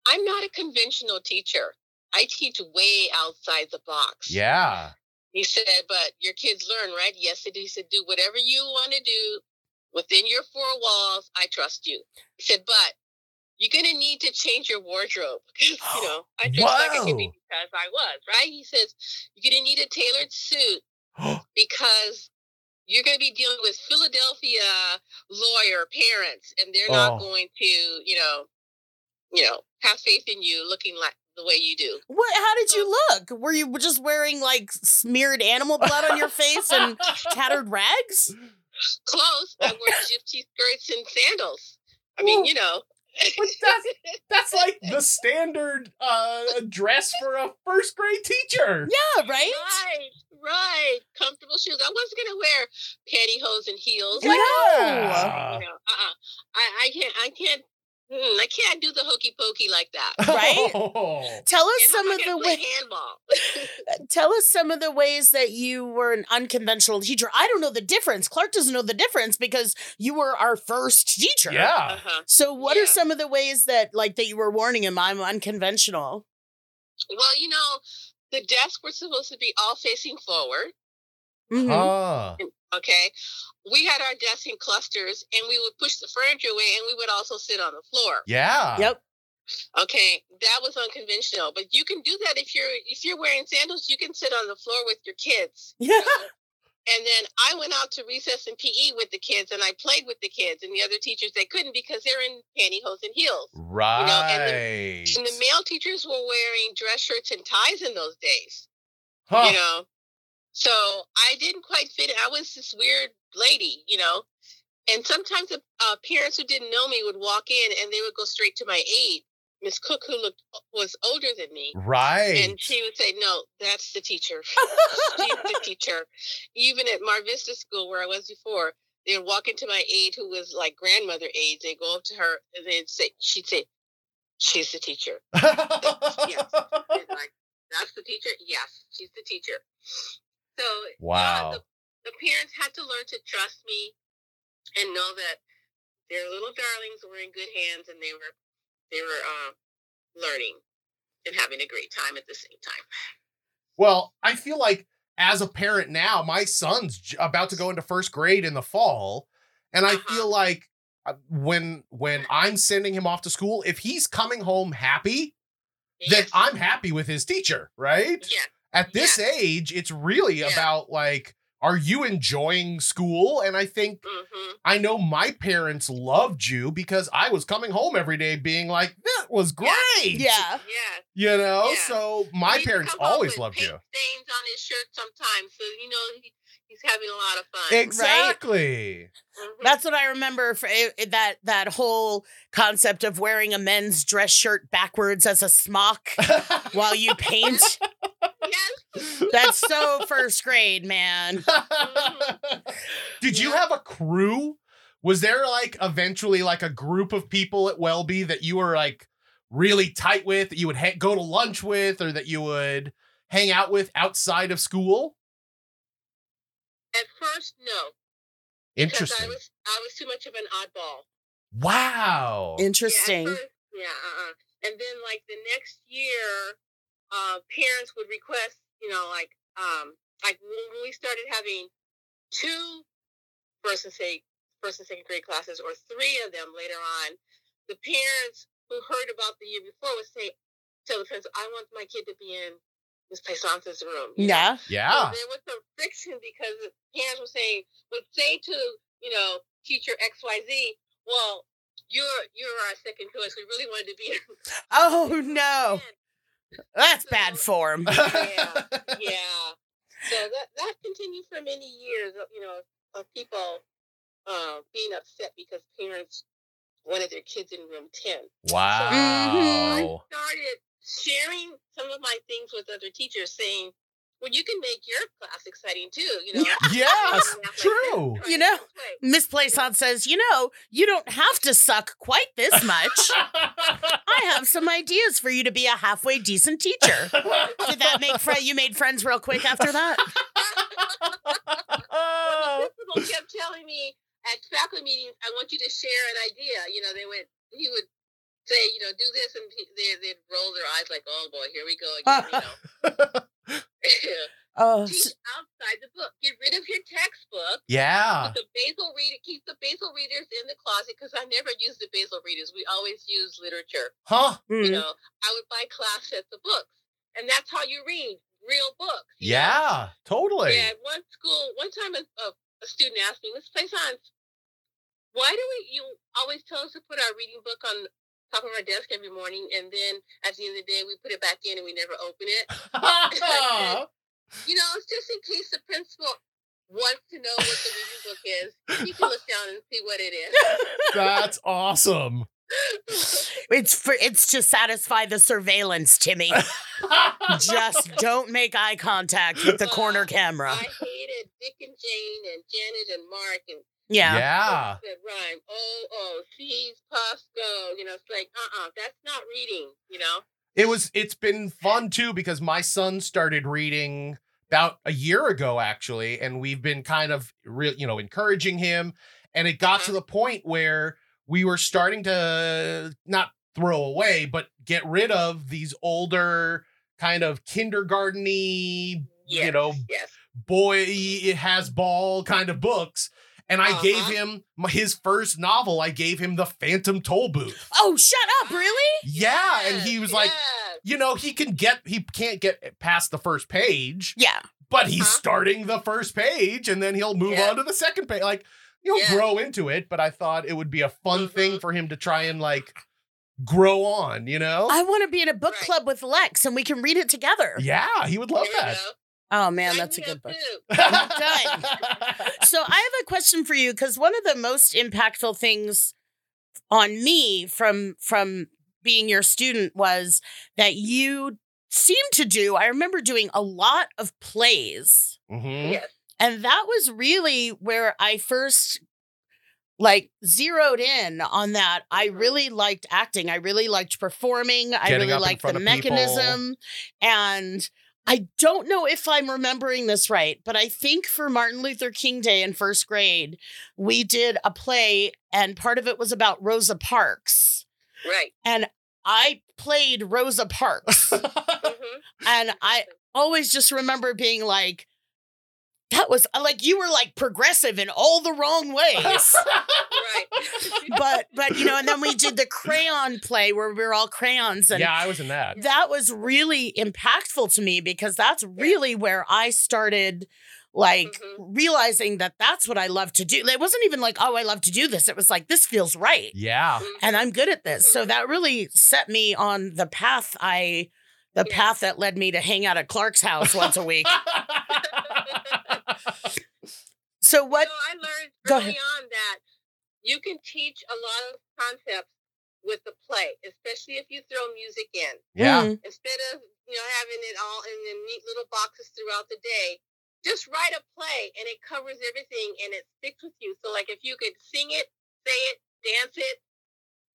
Speaker 6: I'm not a conventional teacher. I teach way outside the box."
Speaker 1: Yeah.
Speaker 6: He said, but your kids learn, right? Yes, they do. He said, do whatever you want to do within your four walls. I trust you. He said, but you're going to need to change your wardrobe. 'Cause, you know, I dress like a
Speaker 1: Wow.
Speaker 6: hippie because I was, right? He says, you're going to need a tailored suit because you're going to be dealing with Philadelphia lawyer parents and they're
Speaker 1: Oh.
Speaker 6: not going to, you know, you know, have faith in you looking like the way you do.
Speaker 3: What? How did you look? Were you just wearing like smeared animal blood on your face and tattered rags?
Speaker 6: Close. I wore gypsy skirts and sandals. I mean, you know.
Speaker 1: But that's, that's like the standard uh, dress for a first grade teacher.
Speaker 3: Yeah, right.
Speaker 6: right, right. Comfortable shoes. I wasn't gonna wear pantyhose and heels.
Speaker 3: Yeah.
Speaker 6: You know, uh-uh. I, I can't. I can't. mm, I can't do the hokey pokey like that.
Speaker 3: Right?
Speaker 1: Oh.
Speaker 3: Tell us
Speaker 6: And
Speaker 3: some
Speaker 6: I'm
Speaker 3: of the
Speaker 6: gonna play
Speaker 3: way.
Speaker 6: handball.
Speaker 3: Tell us some of the ways that you were an unconventional teacher. I don't know the difference. Clark doesn't know the difference because you were our first teacher.
Speaker 1: Yeah.
Speaker 6: Uh-huh.
Speaker 3: So what are
Speaker 6: Yeah.
Speaker 3: some of the ways that like that you were warning him I'm unconventional?
Speaker 6: Well, you know, the desks were supposed to be all facing forward.
Speaker 3: Mhm.
Speaker 1: Ah.
Speaker 6: Okay. We had our desks in clusters and we would push the furniture away and we would also sit on the floor.
Speaker 1: Yeah.
Speaker 3: Yep.
Speaker 6: Okay. That was unconventional. But you can do that if you're if you're wearing sandals, you can sit on the floor with your kids.
Speaker 3: Yeah.
Speaker 6: And then I went out to recess and PE with the kids and I played with the kids and the other teachers they couldn't because they're in pantyhose and heels.
Speaker 1: Right.
Speaker 6: And the male teachers were wearing dress shirts and ties in those days.
Speaker 1: Huh.
Speaker 6: you know. So I didn't quite fit. in. I was this weird lady, you know. And sometimes the uh, parents who didn't know me would walk in and they would go straight to my aide, Miss Cook, who looked uh, was older than me,
Speaker 1: Right.
Speaker 6: and she would say, "No, that's the teacher. She's the teacher." Even at Mar Vista School where I was before, they would walk into my aide, who was like grandmother aide. They would go up to her and they'd say, "She'd say, she's the teacher." It's like, that's the teacher? Yes, she's the teacher. So uh,
Speaker 1: Wow.
Speaker 6: the, the parents had to learn to trust me and know that their little darlings were in good hands and they were they were uh, learning and having a great time at the same time.
Speaker 1: Well, I feel like as a parent now, my son's j- about to go into first grade in the fall, and I
Speaker 6: Uh-huh.
Speaker 1: feel like uh, when when I'm sending him off to school, if he's coming home happy, then
Speaker 6: Yes.
Speaker 1: I'm happy with his teacher, right?
Speaker 6: Yeah.
Speaker 1: At this age, it's really
Speaker 6: Yeah.
Speaker 1: about like are you enjoying school? And I think
Speaker 6: hmm
Speaker 1: I know my parents loved you because I was coming home every day being like, that was great.
Speaker 3: Yeah.
Speaker 6: Yeah.
Speaker 1: You know,
Speaker 6: Yeah.
Speaker 1: so my
Speaker 6: He'd
Speaker 1: parents
Speaker 6: come home
Speaker 1: always
Speaker 6: with
Speaker 1: loved
Speaker 6: paint
Speaker 1: you.
Speaker 6: Stains on his shirt sometimes, so you know he, he's having a lot of fun.
Speaker 1: Exactly.
Speaker 6: Mhm.
Speaker 3: That's what I remember for it, it- that that whole concept of wearing a men's dress shirt backwards as a smock while you paint.
Speaker 6: Yes.
Speaker 3: That's so first grade, man.
Speaker 1: Did
Speaker 6: Mm-hmm.
Speaker 1: you have a crew? Was there like eventually like a group of people at Welby that you were like really tight with that you would ha- go to lunch with or that you would hang out with outside of school?
Speaker 6: At first, no, because I
Speaker 1: Interesting.
Speaker 6: was I was too much of an oddball.
Speaker 1: Wow.
Speaker 3: Interesting.
Speaker 6: Yeah, at first- yeah uh-uh. and then like the next year, uh, parents would request, you know, like um, like when we started having two first and second first and second grade classes, or three of them later on, the parents who heard about the year before would say, "Tell the parents, I want my kid to be in Miss Paisance's room." you know?
Speaker 3: Yeah.
Speaker 6: So
Speaker 1: Yeah.
Speaker 6: there was some friction because parents were saying would say to you know teacher X Y Z, well, you're you're our second choice. We really wanted to be. in the
Speaker 3: Oh no,
Speaker 6: band."
Speaker 3: that's bad form.
Speaker 6: Yeah, yeah. So that that continued for many years. of, You know, of people uh, being upset because parents wanted their kids in room ten.
Speaker 1: wow.
Speaker 6: started sharing some of my things with other teachers, saying, "Well, you can make your class exciting too." You know.
Speaker 1: Yes,
Speaker 6: Like this,
Speaker 1: true.
Speaker 6: like
Speaker 3: You know,
Speaker 6: this way.
Speaker 3: Miss Plaisant says, you know, you don't have to suck quite this much. I have some ideas for you to be a halfway decent teacher. Did that make friend? You made friends real quick after that.
Speaker 6: the principal kept telling me at faculty meetings, I want you to share an idea. You know, they went, he would say, you know, do this, and he- they, they'd roll their eyes like, oh boy, here we go again, you know.
Speaker 3: Oh,
Speaker 6: Teach outside the book. Get rid of your textbook.
Speaker 1: yeah.
Speaker 3: Ah.
Speaker 6: Put the basil reader, keep the basil readers in the closet because I never used the basil readers. We always used literature.
Speaker 1: Huh.
Speaker 3: Mm. Hmm.
Speaker 6: You know, I would buy class sets of books, and that's how you read real books. you know?
Speaker 1: Yeah. Totally.
Speaker 6: Yeah, at one school, one time a, a, a student asked me, "Let's play science. Why do we? You always tell us to put our reading book on top of our desk every morning, and then at the end of the day, we put it back in and we never open it. You know, it's just in case the principal wants to know what the reading book is. He can look down and see what it is.
Speaker 1: That's awesome.
Speaker 3: it's for it's to satisfy the surveillance, Timmy. Just don't make eye contact with the corner camera.
Speaker 6: I hated Dick and Jane and Janet and Mark and
Speaker 3: Yeah.
Speaker 1: yeah.
Speaker 6: that rhyme. Oh, oh, C's, puffs, go. You know, it's like, uh-uh, that's not reading. You know.
Speaker 1: It was it's been fun too because my son started reading about a year ago actually and we've been kind of real you know encouraging him and it got to the point where we were starting to not throw away but get rid of these older kind of kindergarten-y you know
Speaker 6: Yes.
Speaker 1: boy it has ball kind of books. And I gave
Speaker 6: Uh-huh.
Speaker 1: him my- his first novel. I gave him the Phantom Toll Booth.
Speaker 3: Oh, shut up, really?
Speaker 1: Yeah, and he was like,
Speaker 6: yes.
Speaker 1: you know, he can get he can't get past the first page,
Speaker 3: Yeah.
Speaker 1: but he's
Speaker 6: Uh-huh.
Speaker 1: starting the first page, and then he'll move
Speaker 6: Yeah.
Speaker 1: on to the second page. Like you'll
Speaker 6: Yeah. Mm-hmm.
Speaker 1: grow into it, but I thought it would be a fun thing for him to try and like grow on. You know?
Speaker 3: I want to be in a book
Speaker 6: Right.
Speaker 3: club with Lex and we can read it together.
Speaker 1: yeah, he would love
Speaker 6: There we
Speaker 1: that.
Speaker 6: go.
Speaker 3: Oh, man,
Speaker 6: Sign
Speaker 3: that's a
Speaker 6: me
Speaker 3: good
Speaker 6: up,
Speaker 3: book.
Speaker 6: too.
Speaker 3: done. So I have a question for you because one of the most impactful things on me from from being your student was that you seemed to do. I remember doing a lot of plays.
Speaker 1: Mhm.
Speaker 3: And that was really where I first like zeroed in on that. I really liked acting. I really liked performing. I
Speaker 1: Mm-hmm. Getting
Speaker 3: really
Speaker 1: up in
Speaker 3: liked
Speaker 1: front
Speaker 3: the
Speaker 1: of people.
Speaker 3: mechanism. And I don't know if I'm remembering this right, but I think for Martin Luther King Day in first grade, we did a play and part of it was about Rosa Parks.
Speaker 6: Right.
Speaker 3: And I played Rosa Parks.
Speaker 6: Mhm.
Speaker 3: And I always just remember being like, that was uh, like you were like progressive in all the wrong ways.
Speaker 6: Right.
Speaker 3: but but you know, and then we did the crayon play where we were all crayons and
Speaker 1: yeah, I was in that.
Speaker 3: that was really impactful to me because that's really where I started like
Speaker 6: Mhm.
Speaker 1: Mm-hmm.
Speaker 3: realizing that that's what I love to do. It wasn't even like, oh, I love to do this. It was like this feels right
Speaker 1: Yeah.
Speaker 6: Mm-hmm.
Speaker 1: Mm-hmm.
Speaker 3: and I'm good at this. So that really set me on the path I the
Speaker 6: Yeah.
Speaker 3: path that led me to hang out at Clark's house once a week. So what
Speaker 6: So I learned
Speaker 3: Go
Speaker 6: early on that you can teach a lot of concepts with the play, especially if you throw music in.
Speaker 1: yeah.
Speaker 3: Mm,
Speaker 6: Instead of you know having it all in the neat little boxes throughout the day, just write a play and it covers everything and it sticks with you. So like if you could sing it, say it, dance it,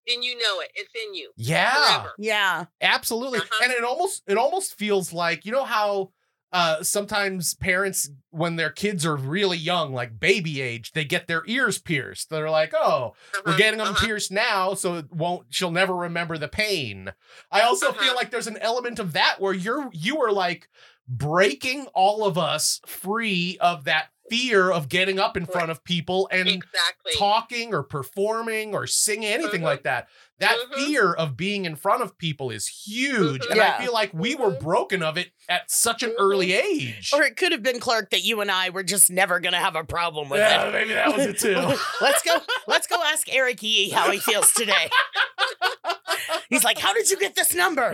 Speaker 6: then you know it. It's in you.
Speaker 1: Yeah.
Speaker 6: Forever.
Speaker 3: yeah.
Speaker 1: Absolutely.
Speaker 6: Uh-huh.
Speaker 1: And it almost it almost feels like, you know how uh sometimes parents when their kids are really young, like baby age, they get their ears pierced. They're like, "Oh, we're
Speaker 6: Uh-huh,
Speaker 1: getting them
Speaker 6: uh-huh.
Speaker 1: pierced now so it won't she'll never remember the pain." I also feel
Speaker 6: Uh-huh.
Speaker 1: like there's an element of that where you're you are like breaking all of us free of that fear of getting up in front of people and
Speaker 6: Exactly.
Speaker 1: talking or performing or singing anything
Speaker 6: Mhm.
Speaker 1: like that that
Speaker 6: Mhm.
Speaker 1: fear of being in front of people is huge
Speaker 6: Mm-hmm.
Speaker 1: and
Speaker 3: Yeah.
Speaker 1: i feel like we were
Speaker 6: Mhm.
Speaker 1: broken of it at such an
Speaker 6: Mhm.
Speaker 1: early age
Speaker 3: Or it could have been Clark that you and I were just never gonna have a problem with
Speaker 1: yeah
Speaker 3: it.
Speaker 1: maybe that was it too
Speaker 3: let's go. Let's go ask Eric Yee how he feels today. He's like, "How did you get this number?"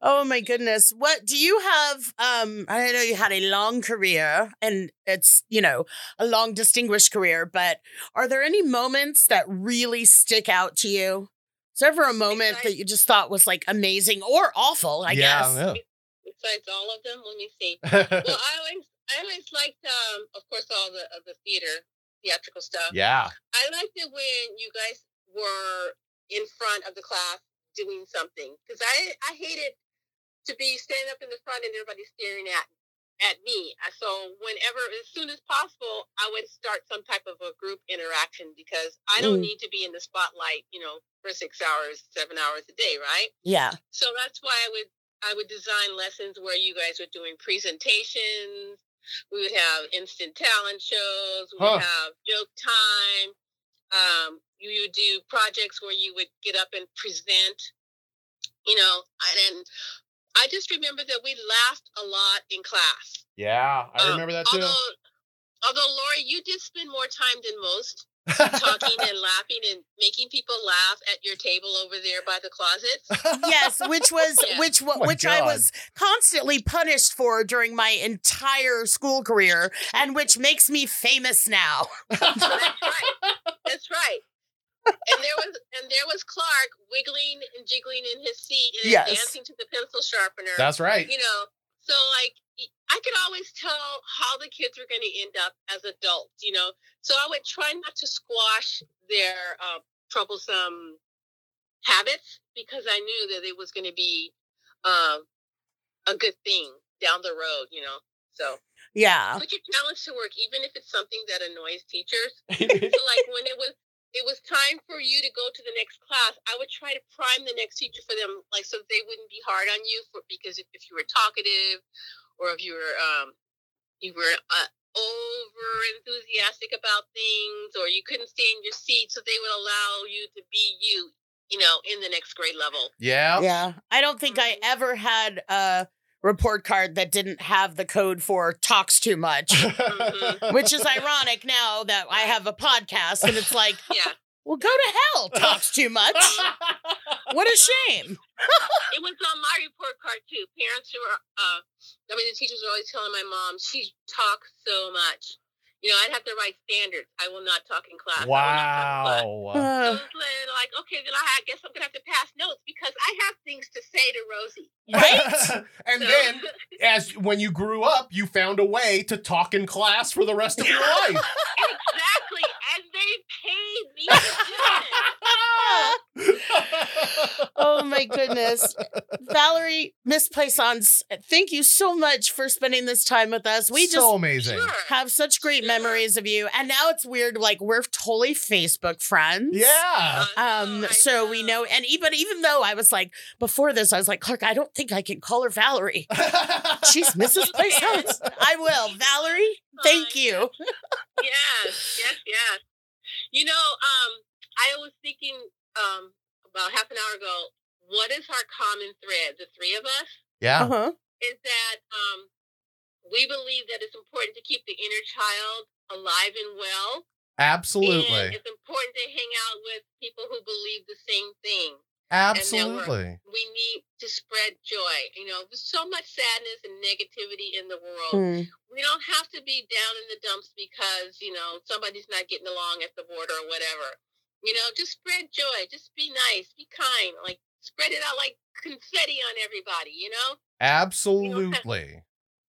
Speaker 3: Oh my goodness. What do you have? Um, I know you had a long career and it's, you know, a long distinguished career, but are there any moments that really stick out to you? Is there ever a moment that you just thought was like amazing or awful, I guess?
Speaker 1: yeah,
Speaker 6: Besides all of them, let me see.
Speaker 1: yeah.
Speaker 6: well, I always, I always liked, um, of course, all the of the theater, theatrical stuff.
Speaker 1: yeah
Speaker 6: I liked it when you guys were in front of the class doing something because I, I hated to be standing up in the front and everybody staring at at me. I- So whenever, as soon as possible, I would start some type of a group interaction because I
Speaker 3: Mm.
Speaker 6: don't need to be in the spotlight, you know, for six hours, seven hours a day, right?
Speaker 3: Yeah.
Speaker 6: So that's why I would I would design lessons where you guys were doing presentations. We would have instant talent shows. We
Speaker 1: Huh.
Speaker 6: would have joke time. Um, you would do projects where you would get up and present. You know, and, and I just remember that we laughed a lot in class.
Speaker 1: yeah i
Speaker 6: Um,
Speaker 1: remember that too
Speaker 6: Although, although Lori, you did spend more time than most talking and laughing and making people laugh at your table over there by the closets.
Speaker 3: Yes, which was
Speaker 6: Yeah.
Speaker 3: which
Speaker 1: Oh
Speaker 3: wa-
Speaker 1: my
Speaker 3: which I
Speaker 1: God.
Speaker 3: was constantly punished for during my entire school career and which makes me famous now.
Speaker 6: That's right. That's right. And there was and there was Clark wiggling and jiggling in his seat and
Speaker 3: Yes.
Speaker 6: dancing to the pencil sharpener.
Speaker 1: that's right
Speaker 6: you know, so like y- I could always tell how the kids were going to end up as adults. You know, so I would try not to squash their uh, troublesome habits because I knew that it was going to be um, a good thing down the road. You know, so
Speaker 3: Yeah.
Speaker 6: put your talents to work, even if it's something that annoys teachers. So like when it was it was time for you to go to the next class, I would try to prime the next teacher for them, like so they wouldn't be hard on you for because if, if you were talkative or if you were um, you were uh, over enthusiastic about things or you couldn't stay in your seat, so they would allow you to be you, you know, in the next grade level.
Speaker 1: Yeah.
Speaker 3: Yeah. I don't think I ever had a report card that didn't have the code for talks too much,
Speaker 6: Mm-hmm.
Speaker 3: which is ironic now that I have a podcast and it's like,
Speaker 6: Yeah,
Speaker 3: well, go to hell, talks too much. What a shame.
Speaker 6: it was on my report card too. Parents who are, uh, I mean, the teachers were always telling my mom she talks so much. You know, I'd have to write standards. I will not talk in class. I will not talk in class.
Speaker 1: wow.
Speaker 6: So it's like- like, okay, then I I guess I'm gonna have to pass notes because I have things to say to Rosie.
Speaker 1: Right? and
Speaker 6: So-
Speaker 1: then as when you grew up, you found a way to talk in class for the rest of your life.
Speaker 6: exactly, and they paid me to do this.
Speaker 3: Ah. oh my goodness. Valerie, Miss Plaisance, thank you so much for spending this time with us. We
Speaker 1: so
Speaker 3: just
Speaker 1: amazing.
Speaker 6: Sure.
Speaker 3: have such great memories of you. And now it's weird, like we're totally Facebook friends.
Speaker 1: Yeah.
Speaker 6: I
Speaker 3: Um,
Speaker 6: know, Uh, I
Speaker 3: so we know, and even even though I was like before this, I was like Clark, I don't think I can call her Valerie. She's Mrs. Plaisance. I will, Valerie. Thank you.
Speaker 6: Yes, yes, yes. You know, um, I was thinking um about half an hour ago. What is our common thread? The three of us
Speaker 1: yeah.
Speaker 3: Uh-huh.
Speaker 6: is that um, we believe that it's important to keep the inner child alive and well. And
Speaker 1: Absolutely.
Speaker 6: it's important to hang out with people who believe the same thing.
Speaker 1: Absolutely.
Speaker 6: We need to spread joy. You know, there's so much sadness and negativity in the world.
Speaker 3: Mm.
Speaker 6: We don't have to be down in the dumps because, you know, somebody's not getting along at the border or whatever. You know, just spread joy. Just be nice. Be kind. Like, spread it out like confetti on everybody, you know?
Speaker 1: Absolutely.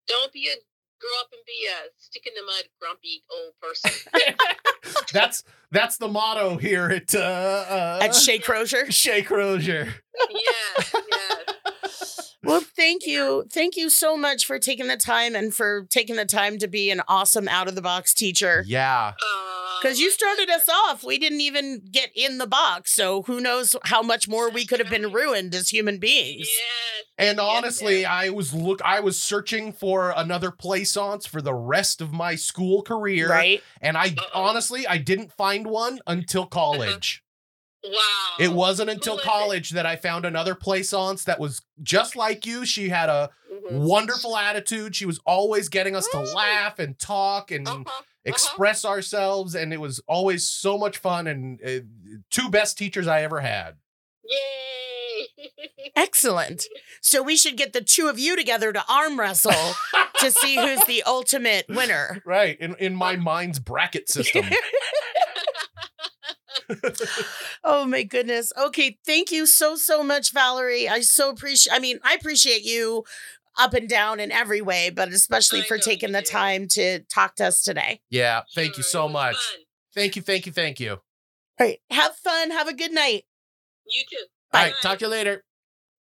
Speaker 6: Don't be a grow up and be a stick in the mud, grumpy old person.
Speaker 1: That's that's the motto here at uh, uh
Speaker 3: At Shea Crozier.
Speaker 1: Shake Rozier.
Speaker 6: yes, yes.
Speaker 3: Well, thank you. Thank you so much for taking the time and for taking the time to be an awesome out of the box teacher.
Speaker 1: Yeah.
Speaker 3: Because you started us off. We didn't even get in the box. So who knows how much more we could have been ruined as human beings.
Speaker 6: Yes.
Speaker 1: And
Speaker 6: Yes,
Speaker 1: honestly,
Speaker 6: yes.
Speaker 1: I was look I was searching for another plaisance for the rest of my school career.
Speaker 3: Right?
Speaker 1: And I
Speaker 6: Uh-oh.
Speaker 1: honestly I didn't find one until college.
Speaker 6: Wow.
Speaker 1: It wasn't until
Speaker 6: was it?
Speaker 1: college that I found another plaisance that was just like you. She had a
Speaker 6: Mhm.
Speaker 1: wonderful attitude. She was always getting us to
Speaker 6: Mm.
Speaker 1: laugh and talk and
Speaker 6: Uh-huh.
Speaker 1: express ourselves and it was always so much fun and uh, two best teachers I ever had.
Speaker 6: Yay.
Speaker 3: Excellent. So we should get the two of you together to arm wrestle to see who's the ultimate winner.
Speaker 1: Right, in in my mind's bracket system.
Speaker 3: Oh my goodness. Okay. Thank you so, so much, Valerie. I so appreciate, I mean, I appreciate you up and down in every way, but especially
Speaker 6: I
Speaker 3: for
Speaker 6: know you
Speaker 3: taking the
Speaker 6: do.
Speaker 3: time to talk to us today.
Speaker 1: yeah, thank you
Speaker 6: Sure,
Speaker 1: so
Speaker 6: it was
Speaker 1: much.
Speaker 6: fun.
Speaker 1: Thank you, thank you, thank you.
Speaker 3: All right. Have fun. Have a good night.
Speaker 6: You too.
Speaker 1: All right, talk to you later.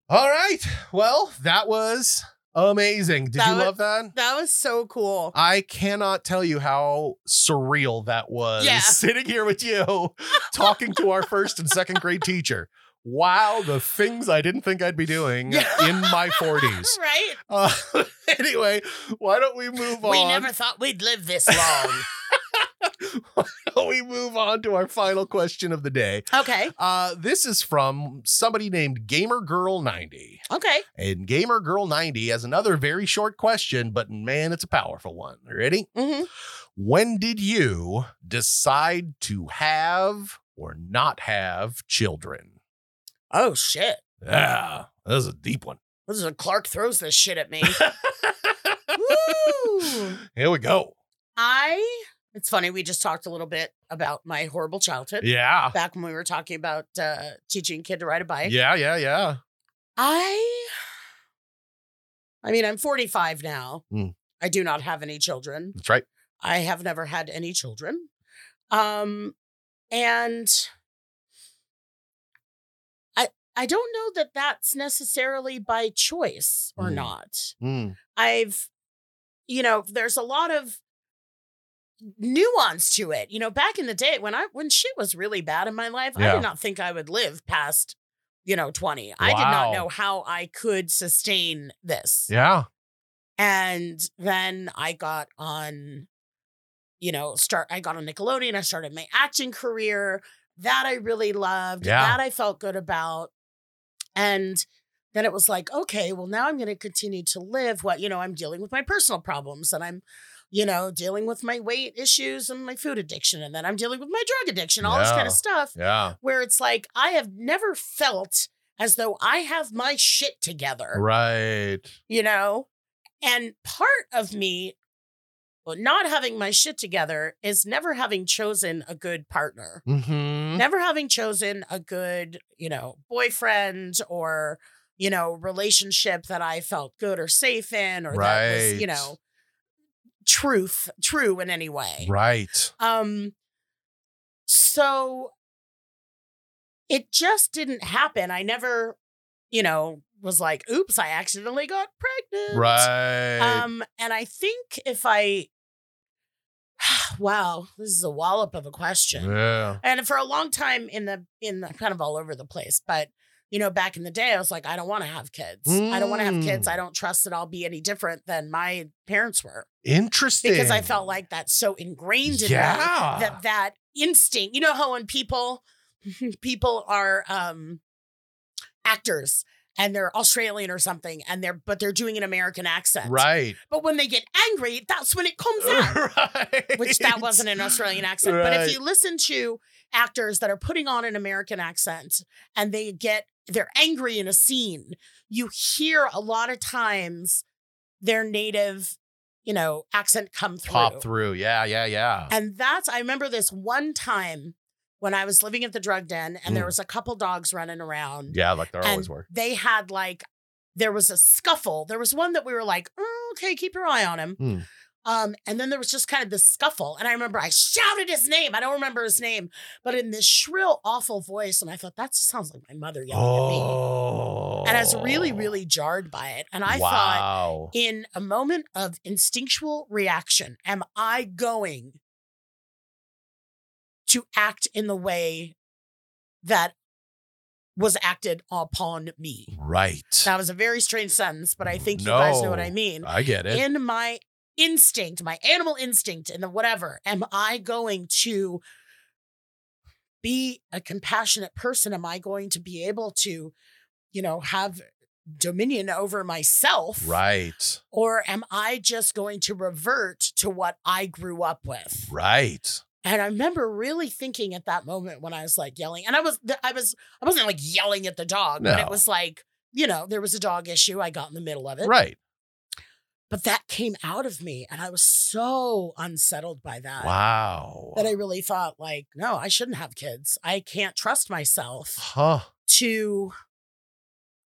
Speaker 1: All right. Well, that was amazing. Did
Speaker 3: That
Speaker 1: you
Speaker 3: was-
Speaker 1: love that?
Speaker 3: That was so cool.
Speaker 1: I cannot tell you how surreal that was
Speaker 3: Yeah.
Speaker 1: sitting here with you talking to our first and second grade teacher. Wow, the things I didn't think I'd be doing
Speaker 3: Yeah.
Speaker 1: in my 40s.
Speaker 3: Right?
Speaker 1: Uh, anyway, why don't we move
Speaker 3: We
Speaker 1: on?
Speaker 3: never thought we'd live this long.
Speaker 1: we move on to our final question of the day.
Speaker 3: okay.
Speaker 1: Uh, this is from somebody named Gamer Girl 90.
Speaker 3: Okay.
Speaker 1: And Gamer Girl 90 has another very short question, but man, it's a powerful one. Ready?
Speaker 3: hmm
Speaker 1: When did you decide to have or not have children?
Speaker 3: Oh, shit.
Speaker 1: Yeah, this is a deep one.
Speaker 3: This is when Clark throws this shit at me.
Speaker 1: Here we go.
Speaker 3: I, it's funny, we just talked a little bit about my horrible childhood
Speaker 1: Yeah.
Speaker 3: back when we were talking about uh, teaching a kid to ride a bike.
Speaker 1: Yeah, yeah, yeah.
Speaker 3: I, I mean, I'm 45 now.
Speaker 1: Mm.
Speaker 3: I do not have any children.
Speaker 1: That's right.
Speaker 3: I have never had any children. Um, and I, I don't know that that's necessarily by choice or
Speaker 1: Mm.
Speaker 3: not.
Speaker 1: Mm.
Speaker 3: I've, you know, there's a lot of nuance to it. You know, back in the day when I when shit was really bad in my life, I
Speaker 1: Yeah.
Speaker 3: did not think I would live past, you know, 20. I did not
Speaker 1: Wow.
Speaker 3: know how I could sustain this.
Speaker 1: Yeah.
Speaker 3: And then I got on, you know, start I got on Nickelodeon, I started my acting career. That I really loved.
Speaker 1: Yeah.
Speaker 3: That I felt good about. And then it was like, okay, well, now I'm going to continue to live what, you know, I'm dealing with my personal problems and I'm, you know, dealing with my weight issues and my food addiction. And then I'm dealing with my drug addiction, all this kind
Speaker 1: Yeah.
Speaker 3: of stuff
Speaker 1: Yeah.
Speaker 3: where it's like, I have never felt as though I have my shit together
Speaker 1: Right.
Speaker 3: you know? And part of me well, not having my shit together is never having chosen a good partner,
Speaker 1: Mm-hmm.
Speaker 3: never having chosen a good, you know, boyfriend or, you know, relationship that I felt good or safe in or that was,
Speaker 1: Right.
Speaker 3: you know, truth, true in any way.
Speaker 1: Right.
Speaker 3: Um, so it just didn't happen. I never, you know, was like, oops, I accidentally got pregnant.
Speaker 1: Right.
Speaker 3: Um, and I think if I, wow, this is a wallop of a question.
Speaker 1: yeah.
Speaker 3: And for a long time in the, in the kind of all over the place, but you know, back in the day, I was like, I don't want to have kids. I don't want to have kids.
Speaker 1: Mm.
Speaker 3: I don't trust that I'll be any different than my parents were
Speaker 1: Interesting.
Speaker 3: because I felt like that's so ingrained in me
Speaker 1: yeah.
Speaker 3: that that instinct you know how when people people are um actors and they're australian or something and they're but they're doing an american accent
Speaker 1: right.
Speaker 3: but when they get angry that's when it comes out
Speaker 1: right.
Speaker 3: which that wasn't an australian accent but
Speaker 1: Right.
Speaker 3: if you listen to actors that are putting on an american accent and they get they're angry in a scene you hear a lot of times their native you know accent come through
Speaker 1: Pop through. Yeah. Yeah. Yeah.
Speaker 3: and that's, I remember this one time when I was living at the drug den and there
Speaker 1: Mm.
Speaker 3: was a couple dogs running around.
Speaker 1: yeah. Like there
Speaker 3: and
Speaker 1: always were.
Speaker 3: They had like, there was a scuffle. There was one that we were like, "Oh, okay, keep your eye on him.
Speaker 1: Mm.
Speaker 3: Um, and then there was just kind of this scuffle. And I remember I shouted his name. I don't remember his name, but in this shrill, awful voice. And I thought, that sounds like my mother yelling at me.
Speaker 1: Oh.
Speaker 3: And I was really, really jarred by it. And I thought,
Speaker 1: wow.
Speaker 3: in a moment of instinctual reaction, am I going to act in the way that was acted upon me?
Speaker 1: right.
Speaker 3: That was a very strange sentence, but I think you guys know what I
Speaker 1: No.
Speaker 3: mean.
Speaker 1: I get it.
Speaker 3: In my instinct, my animal instinct, and the whatever, am I going to be a compassionate person? Am I going to be able to, you know, have dominion over myself?
Speaker 1: right.
Speaker 3: or am I just going to revert to what I grew up with?
Speaker 1: Right.
Speaker 3: And I remember really thinking at that moment when I was like yelling, and I was, th- I was, I wasn't like yelling at the dog, but
Speaker 1: No.
Speaker 3: it was like, you know, there was a dog issue. I got in the middle of it,
Speaker 1: Right.
Speaker 3: but that came out of me, and I was so unsettled by that
Speaker 1: Wow.
Speaker 3: that I really thought, like, no, I shouldn't have kids. I can't trust myself
Speaker 1: huh.
Speaker 3: to.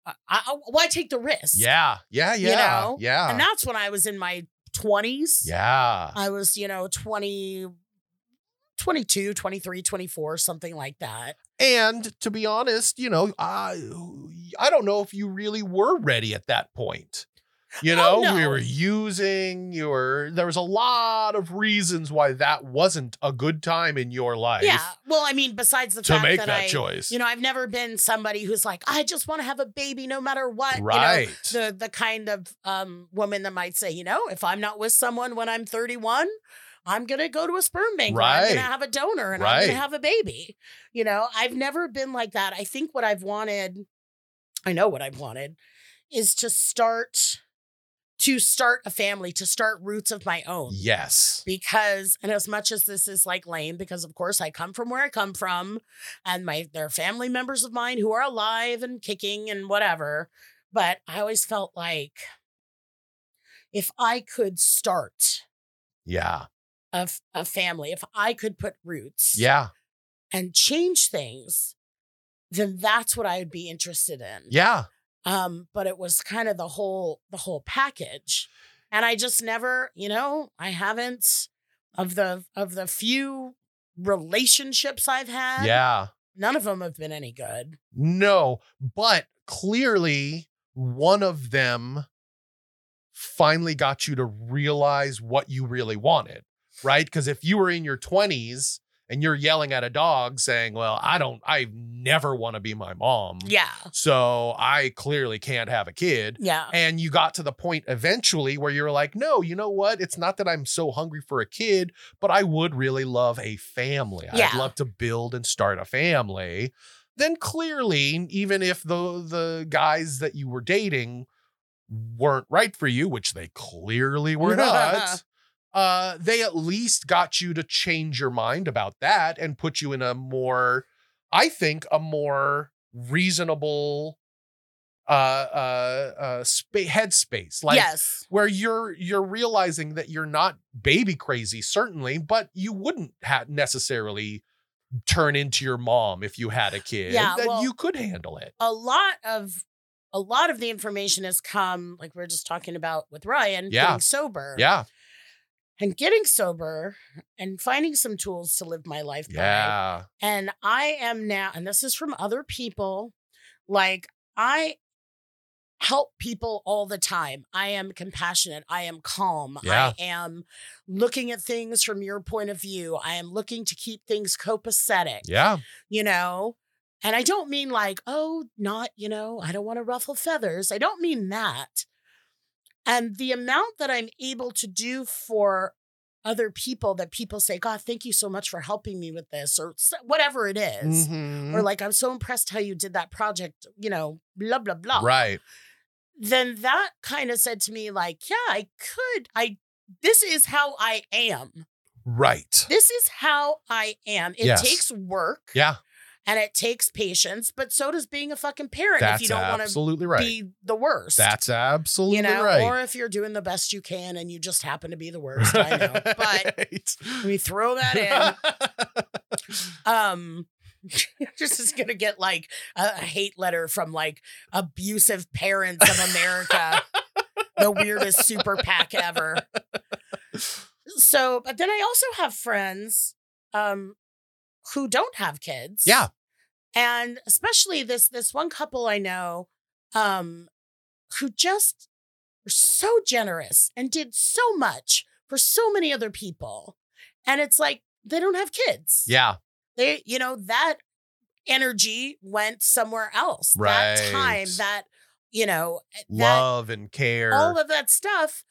Speaker 3: I, I, why take the risk?
Speaker 1: Yeah. Yeah. Yeah.
Speaker 3: You know?
Speaker 1: Yeah.
Speaker 3: and that's when I was in my twenties.
Speaker 1: yeah.
Speaker 3: I was, you know, 20, 22, 23, 24, something like that.
Speaker 1: And to be honest, you know, I I don't know if you really were ready at that point. You know,
Speaker 3: Oh, no.
Speaker 1: we were using you were there was a lot of reasons why that wasn't a good time in your life
Speaker 3: Yeah. Well, I mean, besides the
Speaker 1: to
Speaker 3: fact
Speaker 1: make
Speaker 3: that,
Speaker 1: that,
Speaker 3: I,
Speaker 1: choice.
Speaker 3: you know, I've never been somebody who's like, I just want to have a baby no matter what.
Speaker 1: right.
Speaker 3: You know, the, the kind of um, woman that might say, you know, if I'm not with someone when I'm 31, I'm going to go to a sperm bank. or I'm going
Speaker 1: Right.
Speaker 3: to have a donor and I'm going
Speaker 1: Right.
Speaker 3: to have a baby. You know, I've never been like that. I think what I've wanted, I know what I've wanted, is to start to start a family, to start roots of my own.
Speaker 1: yes.
Speaker 3: Because and as much as this is like lame, because of course I come from where I come from, and my there are family members of mine who are alive and kicking and whatever. But I always felt like if I could start
Speaker 1: Yeah.
Speaker 3: a, f- a family, if I could put roots
Speaker 1: Yeah.
Speaker 3: and change things, then that's what I would be interested in
Speaker 1: Yeah.
Speaker 3: um but it was kind of the whole the whole package and i just never you know i haven't of the of the few relationships i've had
Speaker 1: Yeah.
Speaker 3: none of them have been any good
Speaker 1: No, but clearly one of them finally got you to realize what you really wanted. right? Because if you were in your 20s and you're yelling at a dog saying, well, I don't, I never want to be my mom.
Speaker 3: Yeah.
Speaker 1: So I clearly can't have a kid.
Speaker 3: Yeah.
Speaker 1: And you got to the point eventually where you're like, no, you know what? It's not that I'm so hungry for a kid, but I would really love a family.
Speaker 3: Yeah.
Speaker 1: I'd love to build and start a family. Then clearly, even if the the guys that you were dating weren't right for you, which they clearly were not, uh, they at least got you to change your mind about that and put you in a more, I think, a more reasonable uh uh uh spa- headspace like
Speaker 3: yes.
Speaker 1: where you're you're realizing that you're not baby crazy certainly but you wouldn't ha- necessarily turn into your mom if you had a kid
Speaker 3: Yeah,
Speaker 1: that
Speaker 3: well-
Speaker 1: you could handle it
Speaker 3: A lot of a lot of the information has come, like we are just talking about with Ryan,
Speaker 1: Yeah.
Speaker 3: getting sober.
Speaker 1: yeah
Speaker 3: And getting sober and finding some tools to live my life by.
Speaker 1: yeah
Speaker 3: And I am now, and this is from other people, like I help people all the time. I am compassionate. I am calm.
Speaker 1: Yeah.
Speaker 3: I am looking at things from your point of view. I am looking to keep things copacetic,
Speaker 1: yeah
Speaker 3: you know? And I don't mean like, oh, not, you know, I don't want to ruffle feathers. I don't mean that. And the amount that I'm able to do for other people that people say, God, thank you so much for helping me with this, or s- whatever it is.
Speaker 1: Mhm.
Speaker 7: Mm-hmm.
Speaker 3: Or like, I'm so impressed how you did that project, you know, blah, blah, blah.
Speaker 1: right
Speaker 3: Then that kind of said to me, like, yeah, I could. I, this is how I am.
Speaker 1: right
Speaker 3: This is how I am. It
Speaker 1: Yes.
Speaker 3: takes work
Speaker 1: yeah
Speaker 3: and it takes patience, but so does being a fucking parent
Speaker 1: that's
Speaker 3: if you don't want to
Speaker 1: absolutely right
Speaker 3: be the worst.
Speaker 1: that's absolutely
Speaker 3: you know,
Speaker 1: right
Speaker 3: or if you're doing the best you can and you just happen to be the worst. I know. But
Speaker 1: Right.
Speaker 3: we throw that in. Um this is gonna get like a, a hate letter from like abusive parents of America. the weirdest super PAC ever. So, but then I also have friends um who don't have kids.
Speaker 1: yeah
Speaker 3: and especially this this one couple i know um who just were so generous and did so much for so many other people and it's like they don't have kids
Speaker 1: yeah
Speaker 3: they you know that energy went somewhere else that
Speaker 1: Right.
Speaker 3: time that you know eh, that
Speaker 1: love and care
Speaker 3: all of that stuff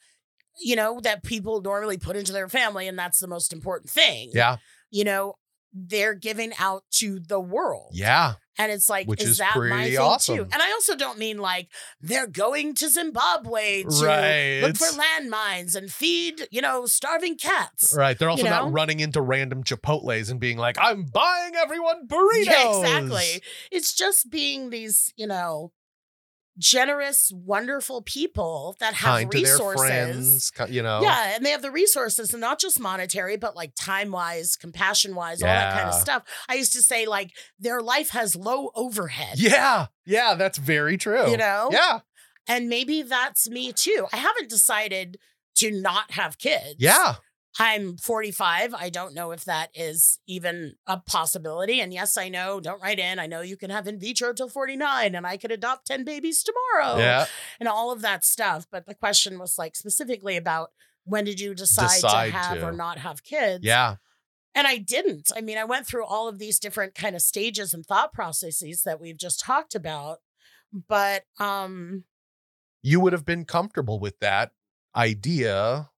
Speaker 3: you know that people normally put into their family and that's the most important thing
Speaker 1: yeah
Speaker 3: you know they're giving out to the world
Speaker 1: yeah
Speaker 3: and it's like,
Speaker 1: Which
Speaker 3: is,
Speaker 1: is
Speaker 3: that my
Speaker 1: pretty
Speaker 3: thing
Speaker 1: awesome.
Speaker 3: too? And I also don't mean like they're going to Zimbabwe to
Speaker 1: Right.
Speaker 3: look for landmines and feed, you know, starving cats.
Speaker 1: Right. They're also
Speaker 3: You know?
Speaker 1: not running into random Chipotles and being like, I'm buying everyone burritos.
Speaker 3: Yeah, exactly. It's just being these, you know, generous, wonderful people that have
Speaker 1: Kind to
Speaker 3: resources.
Speaker 1: their friends, ki- you know.
Speaker 3: Yeah, and they have the resources, and not just monetary, but like time wise, compassion wise, all that kind of
Speaker 1: Yeah.
Speaker 3: stuff. I used to say like their life has low overhead.
Speaker 1: Yeah. Yeah. That's very true.
Speaker 3: You know?
Speaker 1: Yeah.
Speaker 3: And maybe that's me too. I haven't decided to not have kids.
Speaker 1: Yeah.
Speaker 3: I'm 45. I don't know if that is even a possibility. And yes, I know, don't write in. I know you can have in vitro till 49 and I could adopt 10 babies tomorrow
Speaker 1: yeah.
Speaker 3: and all of that stuff. But the question was like specifically about when did you decide,
Speaker 1: Decide
Speaker 3: to have
Speaker 1: to.
Speaker 3: or not have kids?
Speaker 1: Yeah.
Speaker 3: And I didn't. I mean, I went through all of these different kind of stages and thought processes that we've just talked about. But um
Speaker 1: You would have been comfortable with that idea,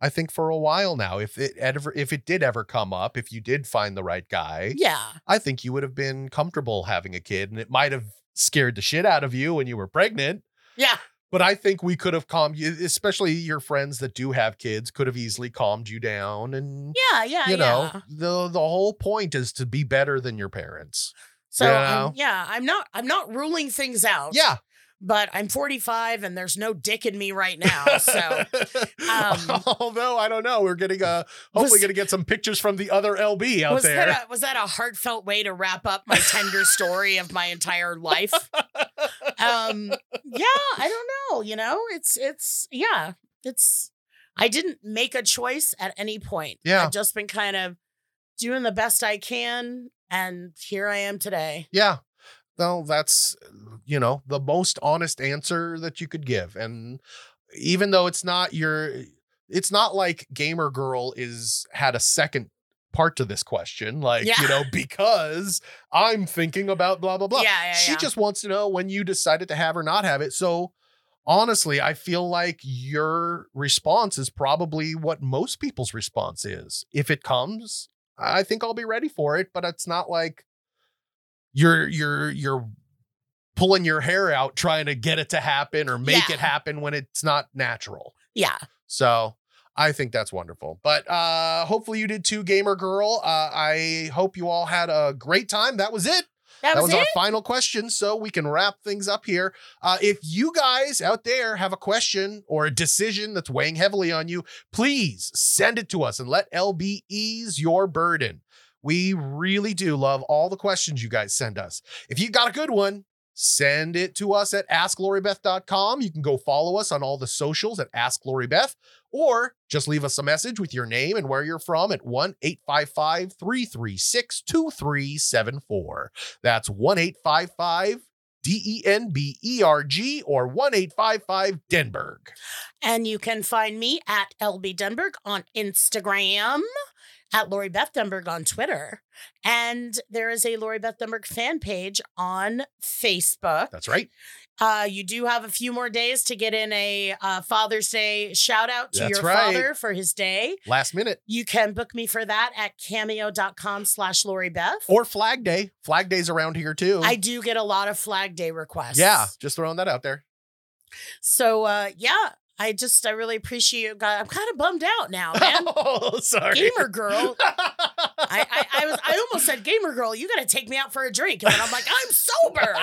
Speaker 1: I think, for a while now. If it ever if it did ever come up, if you did find the right guy,
Speaker 3: yeah.
Speaker 1: I think you would have been comfortable having a kid. And it might have scared the shit out of you when you were pregnant.
Speaker 3: Yeah.
Speaker 1: But I think we could have calmed you, especially your friends that do have kids, could have easily calmed you down. And
Speaker 3: Yeah, yeah,
Speaker 1: you know,
Speaker 3: yeah.
Speaker 1: the the whole point is to be better than your parents.
Speaker 3: So
Speaker 1: you
Speaker 3: I'm-
Speaker 1: know?
Speaker 3: yeah, I'm not I'm not ruling things out.
Speaker 1: Yeah.
Speaker 3: But I'm 45 and there's no dick in me right now. oh, So um,
Speaker 1: although I don't know, we're getting uh hopefully
Speaker 3: Was-
Speaker 1: gonna get some pictures from the other LB out
Speaker 3: was
Speaker 1: there.
Speaker 3: that a, was that a heartfelt way to wrap up my tender story of my entire life? Um yeah, I don't know, you know? It's it's yeah, it's I didn't make a choice at any point.
Speaker 1: Yeah.
Speaker 3: I've just been kind of doing the best I can and here I am today.
Speaker 1: yeah. Well, that's you know, the most honest answer that you could give. And even though it's not your it's not like gamer girl is had a second part to this question like
Speaker 3: Yeah.
Speaker 1: you know because i'm thinking about blah blah blah
Speaker 3: Yeah, yeah,
Speaker 1: she
Speaker 3: yeah.
Speaker 1: just wants to know when you decided to have or not have it so honestly i feel like your response is probably what most people's response is if it comes i think i'll be ready for it but it's not like you're you're you're pulling your hair out trying to get it to happen or make
Speaker 3: Yeah.
Speaker 1: it happen when it's not natural
Speaker 3: Yeah.
Speaker 1: so I think that's wonderful. But uh hopefully you did too, gamer girl. Uh I hope you all had a great time. That was it.
Speaker 3: That,
Speaker 1: That
Speaker 3: was,
Speaker 1: was
Speaker 3: it.
Speaker 1: our final question. So we can wrap things up here. Uh if you guys out there have a question or a decision that's weighing heavily on you, please send it to us and let LB ease your burden. We really do love all the questions you guys send us. If you got a good one, send it to us at asklorybeth.com. You can go follow us on all the socials at Ask Lori Beth, or just leave us a message with your name and where you're from at 1 855 336 2374. That's 1 855 D E N B E R G or 1 855 Denberg.
Speaker 3: And you can find me at LB Denberg on Instagram, at Lori Beth Denberg on Twitter. And there is a Lori Beth Denberg fan page on Facebook.
Speaker 1: That's right.
Speaker 3: Uh, you do have a few more days to get in a uh, Father's Day shout out to
Speaker 1: That's
Speaker 3: your
Speaker 1: right.
Speaker 3: father for his day.
Speaker 1: Last minute.
Speaker 3: You can book me for that at cameo.com slash Lori Beth.
Speaker 1: Or Flag Day. Flag Day's around here too.
Speaker 3: I do get a lot of Flag Day requests.
Speaker 1: yeah, just throwing that out there.
Speaker 3: So, uh, yeah, I just, I really appreciate you. guys. I'm kind of bummed out now, man.
Speaker 1: oh, sorry.
Speaker 3: Gamer girl. I, I, I was I almost said gamer girl, you gotta take me out for a drink. And then I'm like, I'm sober.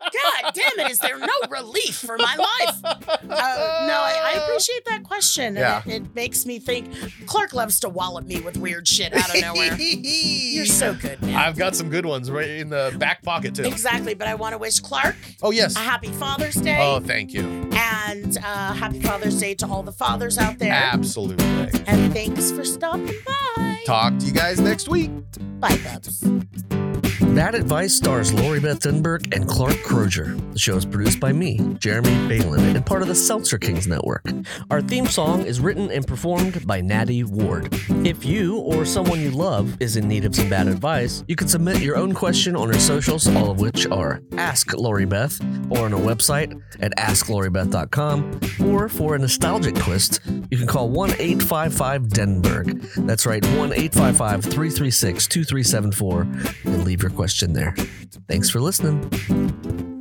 Speaker 3: God damn it, is there no relief for my life? Uh, no, I, I appreciate that question. and
Speaker 1: Yeah.
Speaker 3: It, it makes me think Clark loves to wallop me with weird shit out of nowhere. You're so good, man.
Speaker 1: I've got some good ones right in the back pocket too.
Speaker 3: exactly, but I wanna wish Clark
Speaker 1: Oh yes.
Speaker 3: a happy Father's Day
Speaker 1: Oh, thank you.
Speaker 3: and uh, happy Father's Day to all the fathers out there.
Speaker 1: Absolutely.
Speaker 3: And thanks for stopping by.
Speaker 1: Talk to you guys next week.
Speaker 3: Bye, Bubs.
Speaker 7: That Advice stars Lori Beth Denberg and Clark Crozier. The show is produced by me, Jeremy Balin, and part of the Seltzer Kings Network. Our theme song is written and performed by Natty Ward. If you or someone you love is in need of some bad advice, you can submit your own question on our socials, all of which are Ask Lori Beth, or on our website at AskLoriBeth.com, or for a nostalgic twist, you can call 1 855 Denberg. That's right, 1 855 336 2374, and leave your question there. Thanks for listening.